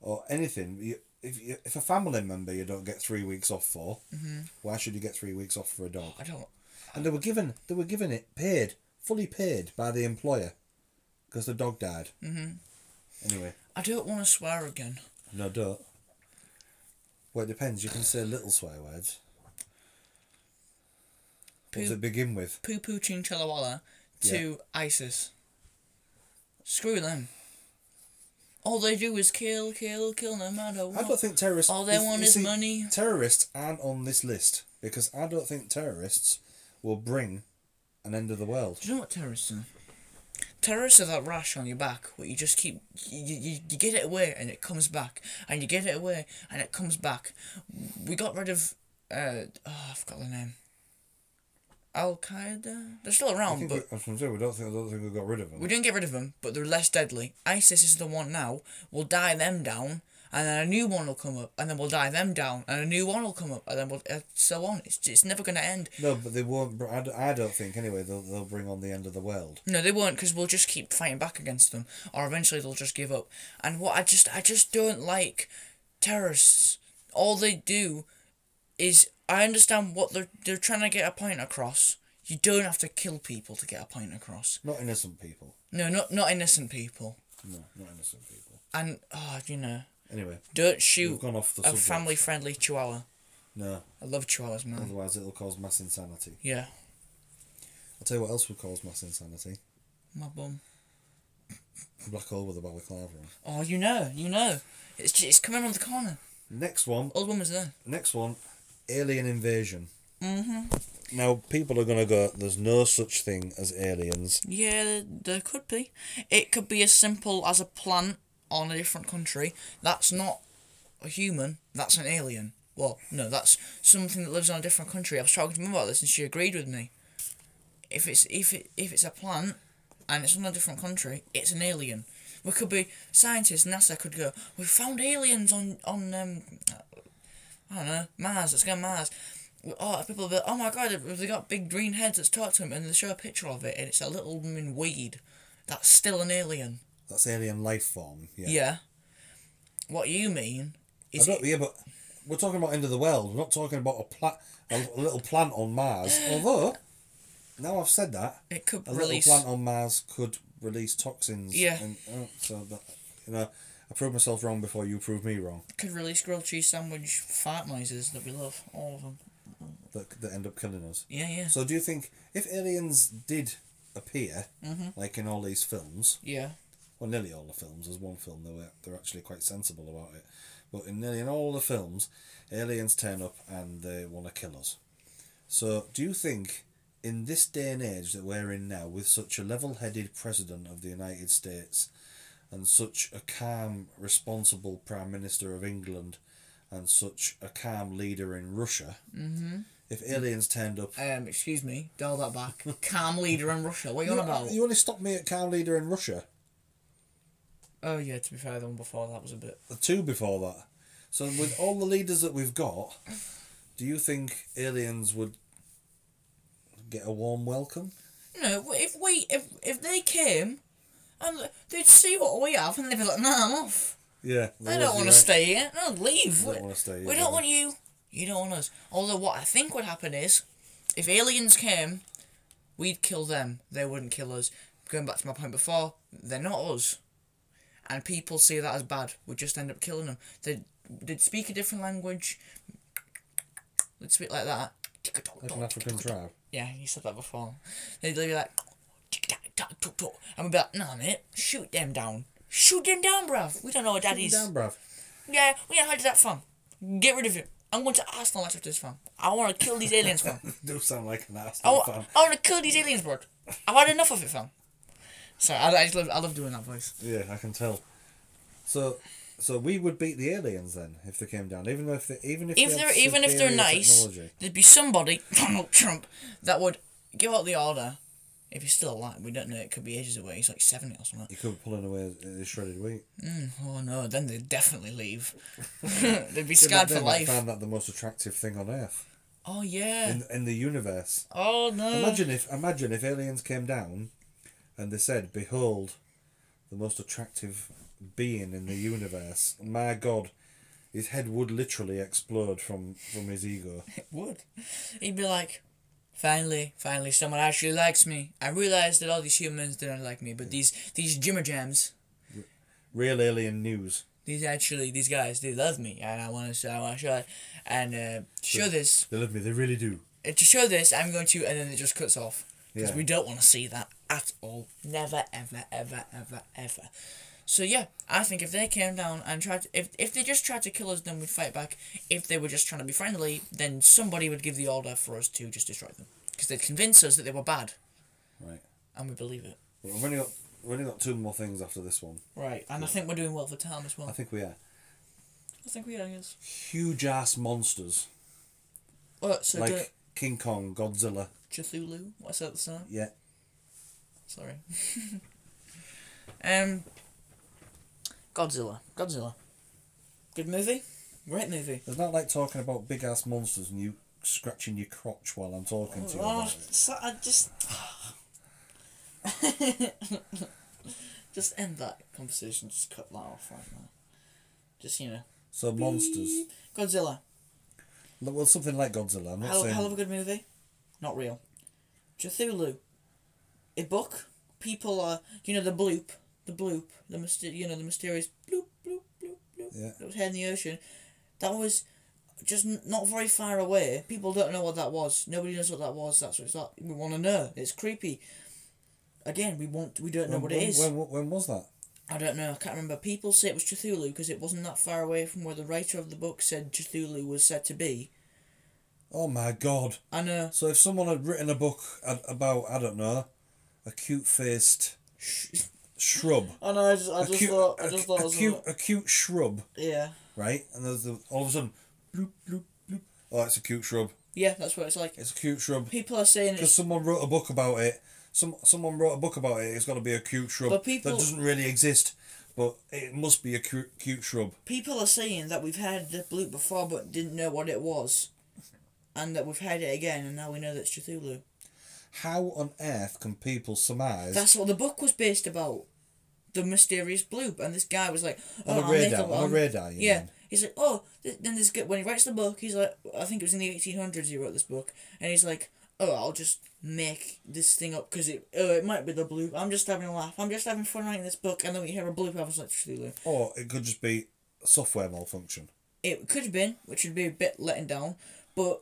or anything. You, if you, if a family member you don't get three weeks off for, Mm-hmm. why should you get three weeks off for a dog? I don't. And they were given they were given it paid, fully paid by the employer, because the dog died. Mm-hmm. Anyway, I don't want to swear again. no, don't. Well, it depends. You can say little swear words. What does Poo- it begin with? Poo Poo Chinchillawala to ISIS. Screw them. All they do is kill, kill, kill, no matter I what. don't think terrorists. All they you- want you is money. Terrorists aren't on this list because I don't think terrorists will bring an end of the world. Do you know what terrorists are? Terrorists are that rash on your back where you just keep you, you, you get it away and it comes back and you get it away and it comes back. We got rid of uh oh, I forgot the name. Al Qaeda. They're still I around, think but we, I was gonna say, we don't think I don't think we got rid of them. We didn't get rid of them, but they're less deadly. ISIS is the one now. We'll die them down, and then a new one will come up, and then we'll die them down, and a new one will come up, and then we'll uh, so on. It's it's never gonna end. no, but they won't. br- I, d- I don't think anyway. They'll they'll bring on the end of the world. No, they won't, because we'll just keep fighting back against them, or eventually they'll just give up. And what I just I just don't like terrorists. All they do is I understand what they're they're trying to get a point across. You don't have to kill people to get a point across. Not innocent people. No, not not innocent people. No, not innocent people. And oh, you know, Anyway, don't we've shoot gone off the a subject. family friendly chihuahua. No, I love chihuahuas, man. otherwise it'll cause mass insanity. Yeah, I'll tell you what else would cause mass insanity. my bum. A black hole with a balaclava on. Oh, you know, you know, it's ju- it's coming around the corner. Next one. Old woman's there. Next one. Alien invasion. Mm-hmm. Now people are gonna go. There's no such thing as aliens. Yeah, there- there could be. It could be as simple as a plant on a different country. That's not a human. That's an alien. Well, no, that's something that lives on a different country. I was talking to mum about this, and she agreed with me. If it's if it if it's a plant, and it's on a different country, it's an alien. We could be scientists. NASA could go. We found aliens on on um, I don't know Mars. Let's go Mars. Oh, people will be like, oh my god, they got big green heads. Let's talk to them, and they show a picture of it, and it's a little woman weed. That's still an alien. That's alien life form. Yeah. Yeah. What you mean I is don't, yeah, but we're talking about end of the world. We're not talking about a pla- a little plant on Mars. Although, now I've said that, it could a release. little plant on Mars could release toxins. Yeah. And, oh, so that you know, I proved myself wrong before you proved me wrong. could release grilled cheese sandwich fart noises that we love, all of them. That that end up killing us. Yeah, yeah, So do you think if aliens did appear, Mm-hmm. like in all these films, yeah. well, nearly all the films. There's one film that were, they're actually quite sensible about it, but in nearly in all the films, aliens turn up and they want to kill us. So, do you think in this day and age that we're in now, with such a level-headed president of the United States, and such a calm, responsible prime minister of England, and such a calm leader in Russia, if aliens turned up, Um, excuse me, dial that back. Calm leader in Russia. What are you on about? you only stopped me at calm leader in Russia. Oh yeah, to be fair, the one before that was a bit. the two before that. So with all the leaders that we've got, do you think aliens would get a warm welcome? No, if we if if they came, and they'd see what we have, and they'd be like, "No, I'm off. Yeah. I don't want to stay here. No, leave. They We don't wanna stay here, we do they? don't want you. You don't want us." Although what I think would happen is, if aliens came, we'd kill them. They wouldn't kill us. Going back to my point before, they're not us, and people see that as bad. We would just end up killing them. They they'd speak a different language. They'd speak like that. Like an African tribe. Yeah, you said that before. They'd be like, and we'd be like, nah, mate, shoot them down. Shoot them down, bruv. We don't know what that is. Down, bruv. Yeah, we don't know how to do that from. Get rid of it. I'm going to Arsenal after this, fam. I want to kill these aliens, fam. Do sound like an I, Arsenal wa- fan. I want to kill these aliens, bro. I've had enough of it, fam. Sorry, I, I just love, I love doing that voice. Yeah, I can tell. So, so we would beat the aliens then if they came down, even though if they, even if If they had they're even if they're superior nice, technology. there'd be somebody, Donald Trump, that would give out the order. If he's still alive, we don't know. It could be ages away. He's like seventy or something. You could be pulling away his uh, shredded wheat. Oh no, then they'd definitely leave. they'd be scarred for They might life. Find that the most attractive thing on earth Oh yeah. in, in the universe. oh no. Imagine if imagine if aliens came down and they said, Behold, the most attractive being in the universe. My God, his head would literally explode from, from his ego. it would. He'd be like, finally, finally, someone actually likes me. I realized that all these humans they don't like me, but these these jimmer jams, Real alien news. these actually these guys they love me, and I want to I want to show it. and uh, to show this They love me, they really do. uh, to show this I'm going to, and then it just cuts off because Yeah. we don't want to see that at all. Never, ever, ever, ever, ever. So yeah, I think if they came down and tried, to, if if they just tried to kill us, then we'd fight back. If they were just trying to be friendly, then somebody would give the order for us to just destroy them because they'd convince us that they were bad, Right. and we believe it. But we've only got we've only got two more things after this one. Right, and I think we're doing well for time as well. I think we are. I think we are, yes. Huge ass monsters. Oh, so like do- King Kong, Godzilla. Cthulhu. What I said at the start. Yeah. Sorry. um. Godzilla. Godzilla. Good movie. Great movie. It's not like talking about big ass monsters and you scratching your crotch while I'm talking to you Oh, about it. so I just. just end that conversation. Just cut that off right now. Just you know, So monsters. Godzilla. L- Well, something like Godzilla. I'm not Hell, saying. hell of a good movie. Not real. Cthulhu. A book. People are, you know, the bloop, the bloop, the myster- you know, the mysterious bloop, bloop, bloop, bloop. Yeah. That was heard in the ocean. That was just n- not very far away. People don't know what that was. Nobody knows what that was. That's what it's like. We want to know. It's creepy. Again, we want. We don't know when, what when, it is. When, when, was that? I don't know. I can't remember. People say it was Cthulhu because it wasn't that far away from where the writer of the book said Cthulhu was said to be. Oh my god. I know. So if someone had written a book a- about, I don't know, a cute faced sh- shrub. I know. I just, I A just cute, thought, I a, just thought, it a was cute, a- a cute shrub, yeah, right? And there's the, all of a sudden, bloop, bloop, bloop. Oh, it's a cute shrub. yeah, that's what it's like. It's a cute shrub. People are saying Because it's, someone wrote a book about it. Some someone wrote a book about it. It's got to be a cute shrub But people- that doesn't really exist, but it must be a cute, cute shrub. people are saying that we've had the bloop before, but didn't know what it was, and that we've had it again, and now we know that it's Cthulhu. How on earth can people surmise? That's what the book was based about, the mysterious bloop, and this guy was like, On oh, a I'll radar, make on a I'll- radar, you yeah. mean? He's like, oh, th- then this guy, when he writes the book, he's like, I think it was in the eighteen hundreds he wrote this book, and he's like, oh, I'll just make this thing up because it, oh, it might be the bloop. I'm just having a laugh. I'm just having fun writing this book, and then we hear a bloop. I was like, Cthulhu. Or it could just be a software malfunction. It could have been, which would be a bit letting down, but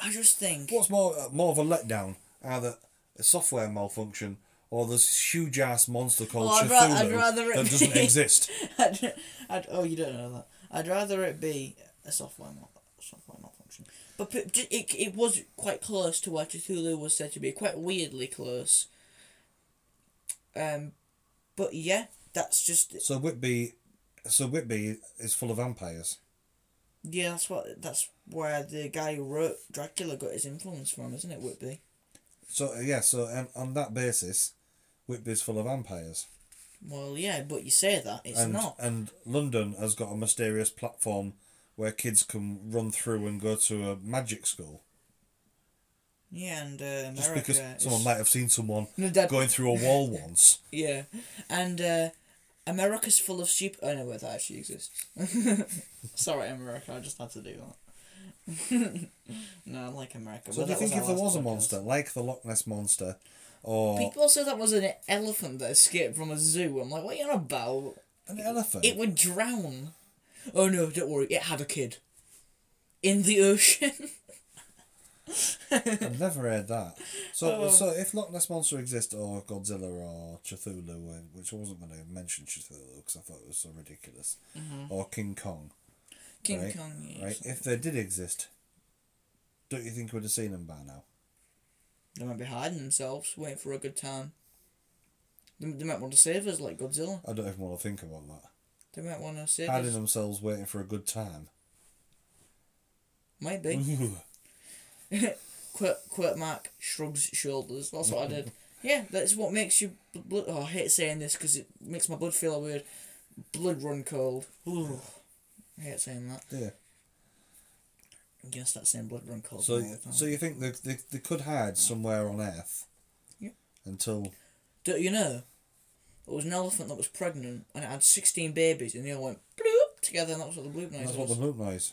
I just think What's more uh, more of a letdown? Either a software malfunction or this huge ass monster called Well, Oh, I'd ra- I'd Cthulhu rather it that doesn't be- exist. I'd, I'd, oh, you don't know that. I'd rather it be a software mal- software malfunction. But p- j- it, it was quite close to where Cthulhu was said to be, quite weirdly close. Um, but yeah, that's just So Whitby, so Whitby is full of vampires. yeah. That's what that's where the guy who wrote Dracula got his influence from, isn't it, Whitby? So uh, yeah, so um, on that basis, Whitby's full of vampires. Well, yeah, but you say that it's and, not. And London has got a mysterious platform where kids can run through and go to a magic school. Yeah, and uh, Just America. because is- someone might have seen someone No, Dad- going through a wall once. Yeah, and uh, America's full of sheep. Oh no, wait, that actually exists. Sorry, America. I just had to do that. no, I like America. So but do you that think our if there last was a podcast. monster, like the Loch Ness Monster, or People said that was an elephant that escaped from a zoo. I'm like, what are you on about? an elephant? It would drown. Oh no, don't worry. It had a kid. In the ocean. I've never heard that. So, Oh. so if Loch Ness Monster exists, or Godzilla, or Cthulhu, uh, which I wasn't going to mention Cthulhu because I thought it was so ridiculous, Mm-hmm. or King Kong, King right? Kong. Yes. right? If they did exist, don't you think we'd have seen them by now? They might be hiding themselves, waiting for a good time. They, they might want to save us like Godzilla. I don't even want to think about that. They might want to save Hiding us. themselves, waiting for a good time. Might Mm-hmm. be. Quote, quote mark shrugs shoulders. That's what I did. Yeah, that's what makes you bl- blood. Oh, I hate saying this because it makes my blood feel weird. Blood run cold. Ugh. I hate saying that. yeah. I guess that's saying blood run cold. So, all the time. so you think they, they, they could hide somewhere on Earth? Yeah. Until do you know? It was an elephant that was pregnant and it had sixteen babies and they all went bloop together and that's what the bloop noise that's was. what the loop noise.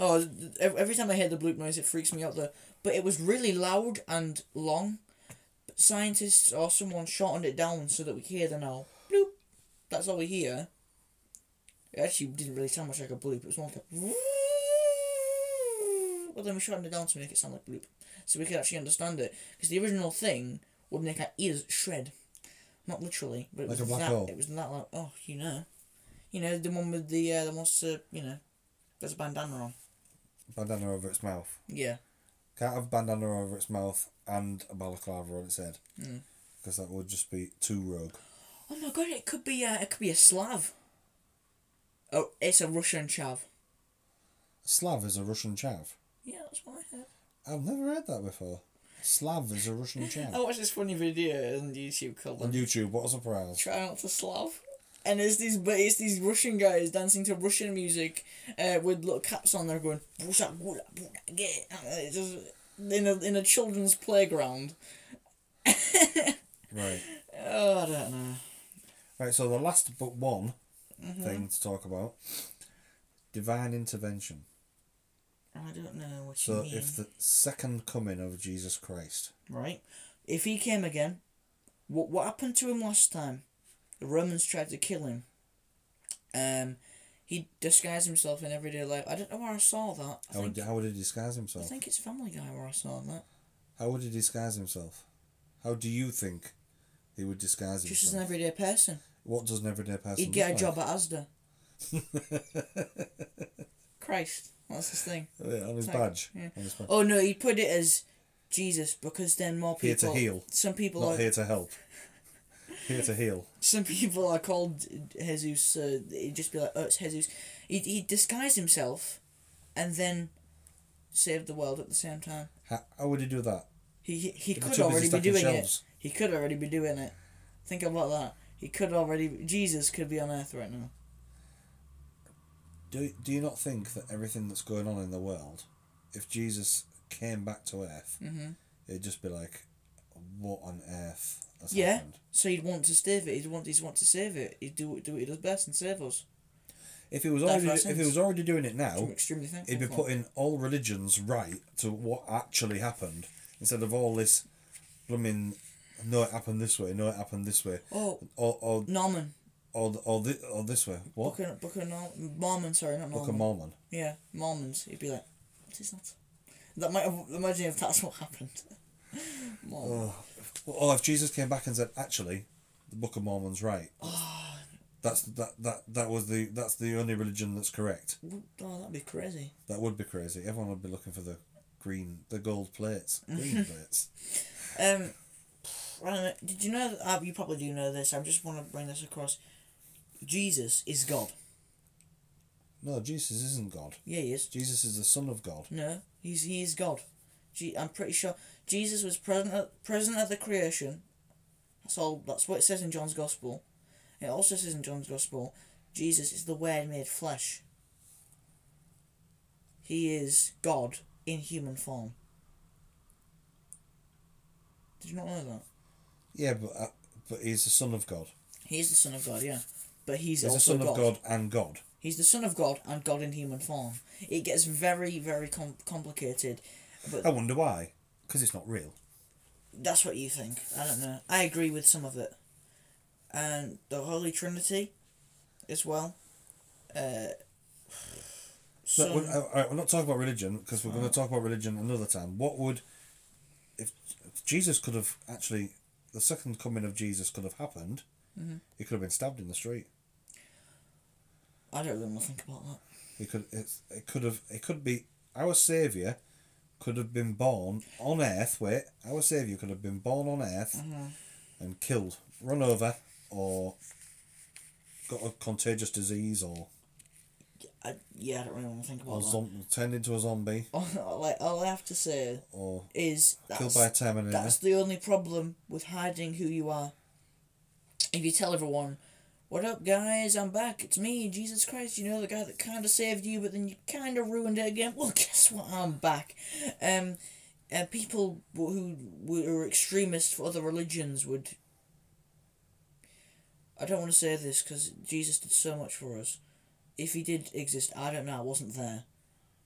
Oh, th- ev- every time I hear the bloop noise, it freaks me out. Though, but it was really loud and long. But scientists or someone shortened it down so that we hear the now bloop. That's all we hear. It actually didn't really sound much like a bloop. It was more like a. But then we shortened it down to make it sound like bloop, so we could actually understand it. Because the original thing would make our ears shred, not literally, but it Like a was black that. hole. It was that like oh you know, you know the one with the uh, the monster you know, there's a bandana on. Bandana over its mouth. Yeah. Can't have a bandana over its mouth and a balaclava on its head. Hmm. Because that would just be too rogue. Oh my god! It could be a it could be a Slav. Oh, it's a Russian chav. Slav is a Russian chav. Yeah, that's what I heard. I've never heard that before. Slav is a Russian chav. I watched this funny video on YouTube called On YouTube, what a surprise. try not to slav. And it's these but it's these Russian guys dancing to Russian music, uh, with little caps on. They're going "Busha, gula, buga, ge," and it's just in a in a children's playground. Right. Oh, I don't know. Right, so the Mm-hmm. last but one thing to talk about Divine intervention. I don't know what you So mean. if the second coming of Jesus Christ, right? If he came again, what what happened to him last time? The Romans tried to kill him. Um, he disguised himself in everyday life. I don't know where I saw that. I how would, think, how would he disguise I himself? think it's Family Guy where I saw that. How would he disguise himself? How do you think he would disguise Just as himself? an everyday person, what does an everyday person he'd get a look job like? at Asda. Christ, that's his thing. Yeah, on his Sorry. badge. Yeah. On his badge. Oh no, he put it as Jesus because then more Here to people heal. Some people Not are here to help. here to heal. some people are called Jesus. Uh, he'd just be like, oh, it's Jesus. He he disguised himself, and then saved the world at the same time. How, how would he do that? He he, he If could it's up, is already it be stuck in doing it. shelves? He could already be doing it. Think about that. He could already. Jesus could be on Earth right now. Do, do you not think that everything that's going on in the world, if Jesus came back to earth, Mhm. it'd just be like, what on earth has Yeah. happened? So he'd want to save it. He'd want. He'd want to save it. He'd do do what he does best and save us. If he was That already makes if he sense. was already doing it now, I'm extremely thankful. Oh. he'd be for. putting all religions right to what actually happened instead of all this blooming no it happened this way no it happened this way Oh, or or Norman. or, or, thi- or this way what Book of, Book of Nor- Mormon. Sorry, not Norman. Book of Mormon Yeah, Mormons. He'd be like, "What is that?" That might have, imagine if that's what happened. Mormon. oh, or if Jesus came back and said actually the Book of Mormon's right Ah. that's that, that that was the that's the only religion that's correct Oh. that'd be crazy. that would be crazy everyone would be looking for the green the gold plates green plates Um, I don't know. Did you know? Uh, you probably do know this. I just want to bring this across. Jesus is God. no Jesus isn't God Yeah, he is. Jesus is the son of God No, he's he is God. Je- I'm pretty sure Jesus was present at, present at the creation. That's all. That's what it says in John's Gospel. It also says in John's Gospel, Jesus is the Word made flesh. He is God in human form. Did you not know that? yeah but uh, but he's the son of God He is the Son of God, yeah. But he's, He's the also Son God. of God and God. He's the Son of God and God in human form. It gets very, very com- complicated. But I wonder why. Because it's not real. That's what you think. I don't know. I agree with some of it. And the Holy Trinity as well. Uh, So, some- we're, uh, all right, we're not talking about religion because we're Oh. going to talk about religion another time. What would, if, if Jesus could have actually, the second coming of Jesus could have happened, Mm-hmm. he could have been stabbed in the street. I don't really want to think about that. He could. It's, it could have. It could be our Savior. Could have been born on Earth. Wait, our Savior could have been born on Earth, Mm-hmm. and killed, run over, or got a contagious disease, or I, yeah, I don't really want to think or about that. zom- turned into a zombie, all, I, all I have to say or is killed that's, by a Terminator. that's the only problem with hiding who you are. If you tell everyone, what up, guys? I'm back. It's me, Jesus Christ. You know, the guy that kind of saved you, but then you kind of ruined it again. Well, guess what? I'm back. Um, uh, people who were extremists for other religions would. I don't want to say this because Jesus did so much for us. If he did exist, I don't know, I wasn't there.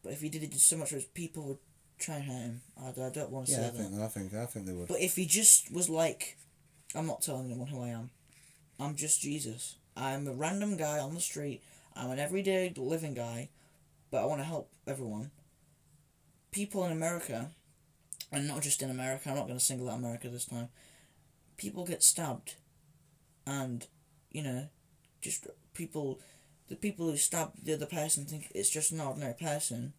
But if he did, it did so much for us, people would try and hurt him. I, I don't want to yeah, I say that. think, I think I think they would. But if he just was like, I'm not telling anyone who I am. I'm just Jesus. I'm a random guy on the street. I'm an everyday living guy, but I want to help everyone. People in America, and not just in America, I'm not going to single out America this time, people get stabbed. And, you know, just people, the people who stab the other person think it's just an ordinary person.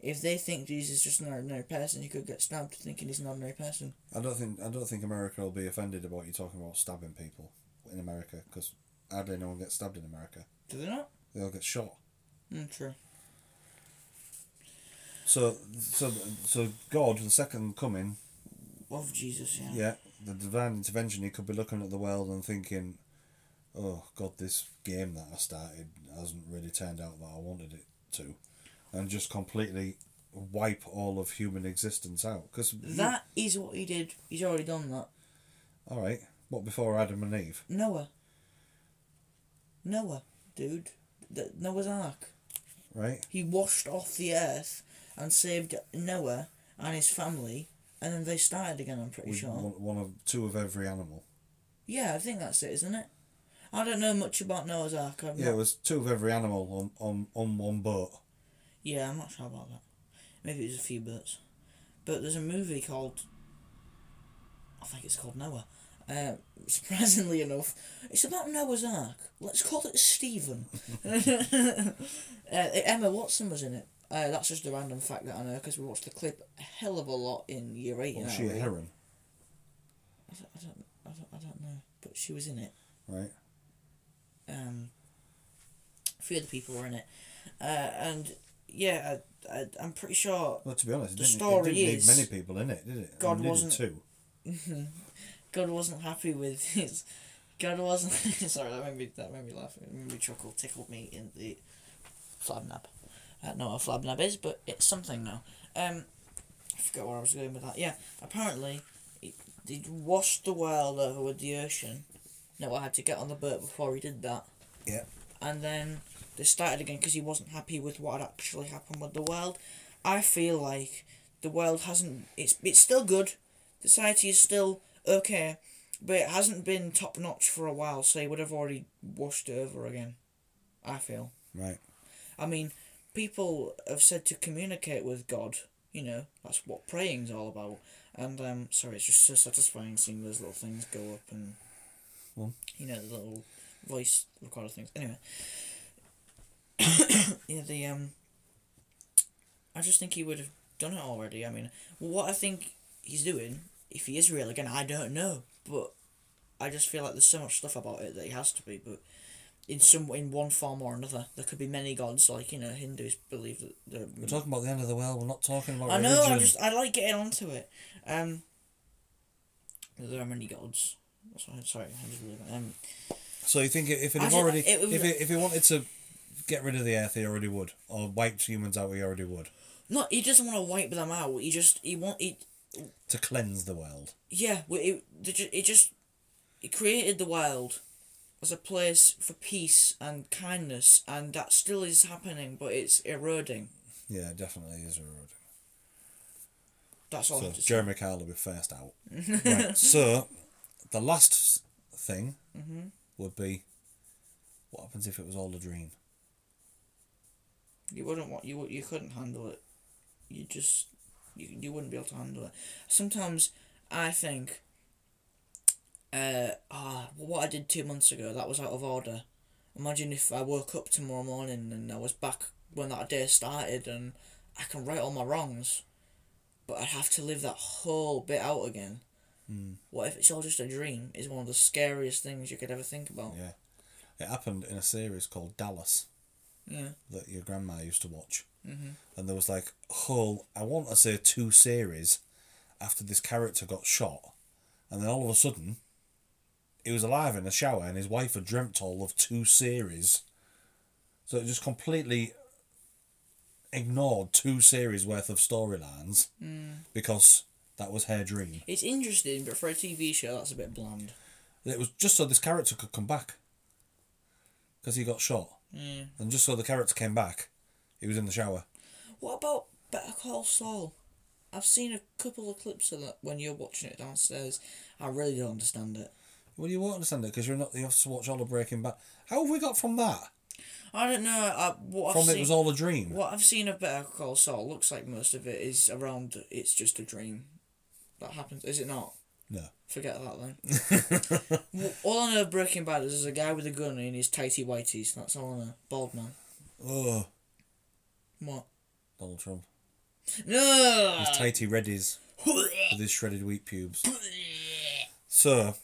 If they think Jesus is just an ordinary person, he could get stabbed thinking he's an ordinary person. I don't think I don't think America will be offended about you talking about stabbing people in America because hardly no one gets stabbed in America. Do they not? They all get shot. Mm, true. So so so God, the second coming, Of Jesus, yeah. yeah, the divine intervention. He could be looking at the world and thinking, "Oh God, this game that I started hasn't really turned out that I wanted it to," and just completely wipe all of human existence out. Because That is what he did. He's already done that. all right, what before Adam and Eve? Noah. Noah, dude. The, Noah's Ark. right? He washed off the earth and saved Noah and his family, and then they started again. I'm pretty With sure. one, one of two of every animal. Yeah, I think that's it, isn't it? I don't know much about Noah's Ark. I'm Yeah, not- it was two of every animal on on, on one boat. Yeah, I'm not sure about that. Maybe it was a few bits. But there's a movie called. I think it's called Noah. Uh, surprisingly enough, it's about Noah's Ark. Let's call it Stephen. uh, Emma Watson was in it. Uh, that's just a random fact that I know because we watched the clip a hell of a lot in year eight. What in was our she a week. heron? I don't, I don't, I don't, I don't know, but she was in it. Right. um, a few other people were in it, uh, and yeah, I, I, I'm pretty sure Well, to be honest, it The didn't, story it didn't is- need many people in it, did it? God It needed wasn't- two. God wasn't happy with his. God wasn't sorry that made me that made me laugh. It made me chuckle, tickled me in the flab nab. I don't know what a flab nab is, but it's something now. Um, I forgot where I was going with that. Yeah, apparently, he, he washed the world over with the ocean. No, I had to get on the boat before he did that. Yeah. and then they started again because he wasn't happy with what had actually happened with the world. I feel like the world hasn't. It's it's still good. Society is still okay, but it hasn't been top notch for a while. So he would have already washed it over again. I feel. Right. I mean, people have said to communicate with God. You know, that's what praying's all about. And um, sorry, it's just so satisfying seeing those little things go up and, Well. you know, the little voice recorder things. Anyway, yeah, the um, I just think he would have done it already. I mean, what I think he's doing, if he is real again, I don't know, but I just feel like there's so much stuff about it that he has to be, but in some in one form or another. There could be many gods, like you know Hindus believe that there. We're talking about the end of the world. We're not talking about I religion. know. I just I like getting onto it. Um, there are many gods. Sorry, sorry. I'm just really, um, So you think if it I had ju- already, it was- if it, if he wanted to get rid of the earth, he already would, or wipe humans out, he already would, not he doesn't want to wipe them out. He just he want he to cleanse the world. yeah. we- It they ju- it just it created the world as a place for peace and kindness, and that still is happening, but it's eroding. Yeah, definitely is a road. That's all. I So have to say. Jeremy Kyle will be first out. right. So the last s- thing would be, what happens if it was all a dream? You wouldn't want you wou- you couldn't handle it. You just you, you wouldn't be able to handle it. Sometimes I think uh ah what I did 2 months ago that was out of order. Imagine if I woke up tomorrow morning and I was back when that day started and I can right all my wrongs but I'd have to live that whole bit out again. Mm. What if it's all just a dream? Is one of the scariest things you could ever think about. Yeah, it happened in a series called Dallas. Yeah. that your grandma used to watch. Mm-hmm. And there was like whole, I want to say two series after this character got shot. And then all of a sudden, he was alive in a shower and his wife had dreamt all of two series. So it just completely ignored two series worth of storylines because that was her dream. It's interesting, but for a TV show, that's a bit bland. It was just so this character could come back because he got shot. Yeah. And just so the character came back, he was in the shower. What about Better Call Saul? I've seen a couple of clips of that when you're watching it downstairs. I really don't understand it. Well, you won't understand it because you're not the officer to watch all the Breaking Bad. How have we got from that? I don't know. I, what From I've it seen, was all a dream. what I've seen of Better Call Saul looks like most of it is around. It's just a dream. That happens, is it not? No. Forget that then. Well, all I know of Breaking Bad is there's a guy with a gun in his tighty whities. That's all I know. Bald man. Oh, What? Donald Trump. No. His Uh, tighty reddies with his shredded wheat pubes. So,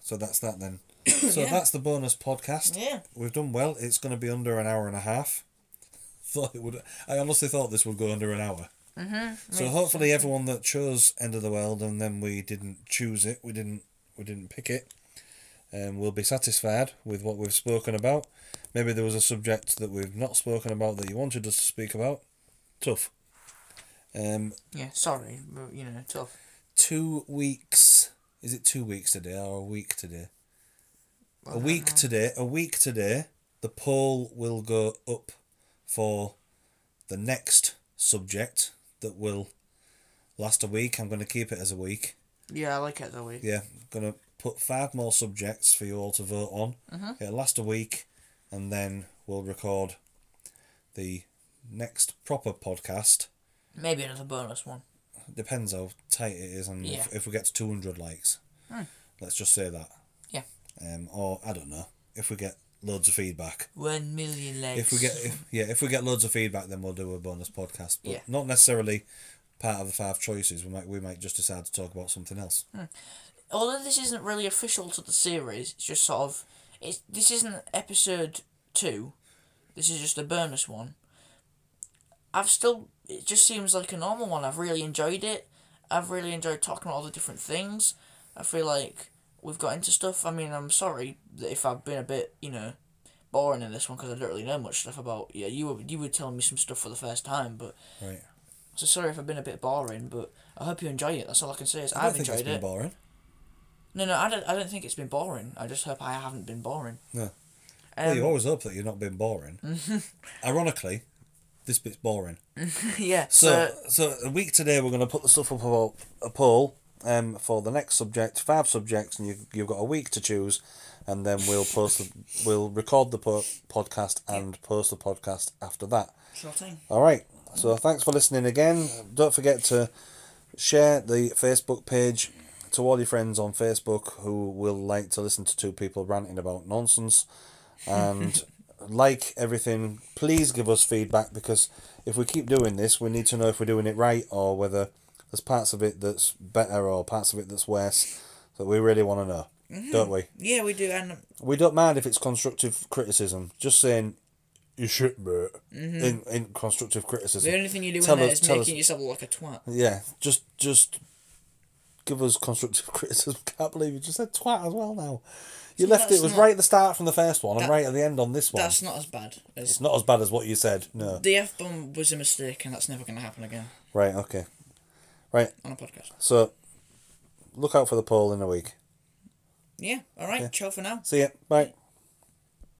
so that's that then. So Yeah. that's the bonus podcast. Yeah. We've done well. It's going to be under an hour and a half. Thought it would. I honestly thought this would go under an hour. Mm-hmm. So hopefully everyone that chose End of the World and then we didn't choose it, we didn't we didn't pick it, um, will be satisfied with what we've spoken about. Maybe there was a subject that we've not spoken about that you wanted us to speak about. Tough. Um, Yeah. Sorry, but you know, tough. two weeks. Is it two weeks today or a week today? a week today. A week today. The poll will go up for the next subject that will last a week. I'm going to keep it as a week. Yeah, I like it that way. Yeah, gonna put five more subjects for you all to vote on. It'll last a week, and then we'll record the next proper podcast. Maybe another bonus one. Depends how tight it is, and Yeah. if, Hmm. if we get to two hundred likes, let's just say that. Yeah. Um, or I don't know if we get loads of feedback. One million legs. If we get if, yeah, if we get loads of feedback, then we'll do a bonus podcast. But Yeah. not necessarily part of the five choices. We might we might just decide to talk about something else. Hmm. although this isn't really official to the series, it's just sort of it's this isn't episode two. This is just a bonus one. I've still it just seems like a normal one. I've really enjoyed it. I've really enjoyed talking about all the different things. I feel like we've got into stuff. I mean, I'm sorry that if I've been a bit, you know, boring in this one because I don't really know much stuff about. Yeah, you were you were telling me some stuff for the first time, but Right. so sorry if I've been a bit boring. But I hope you enjoy it. That's all I can say is I don't I've think it's enjoyed been it. boring. No, no, I don't. I don't think it's been boring. I just hope I haven't been boring. No. Um, Well, you always hope that you've not been boring. Ironically, this bit's boring. yeah. So, So, so a week today we're going to put the stuff up about a poll um, for the next subject, five subjects, and you, you've got a week to choose, and then we'll post, the, we'll record the po- podcast and post the podcast after that. sure thing. All right. So thanks for listening again. Don't forget to share the Facebook page to all your friends on Facebook who will like to listen to two people ranting about nonsense and like everything. Please give us feedback because if we keep doing this, we need to know if we're doing it right or whether there's parts of it that's better or parts of it that's worse that we really want to know, don't we? Yeah, we do, and we don't mind if it's constructive criticism. Just saying, you shit, mate. In, in constructive criticism. the only thing you do Tell in there us- is tell making us. yourself look like a twat. Yeah, just just give us constructive criticism. Can't believe you just said twat as well now. You left it that's it was not- right at the start from the first one and That- right at the end on this one. That's not as bad as It's not as bad as what you said. No. the f bomb was a mistake, and that's never going to happen again Right. Okay. Right. on a podcast. So look out for the poll in a week. Yeah. All right. Ciao for now. See ya. Bye.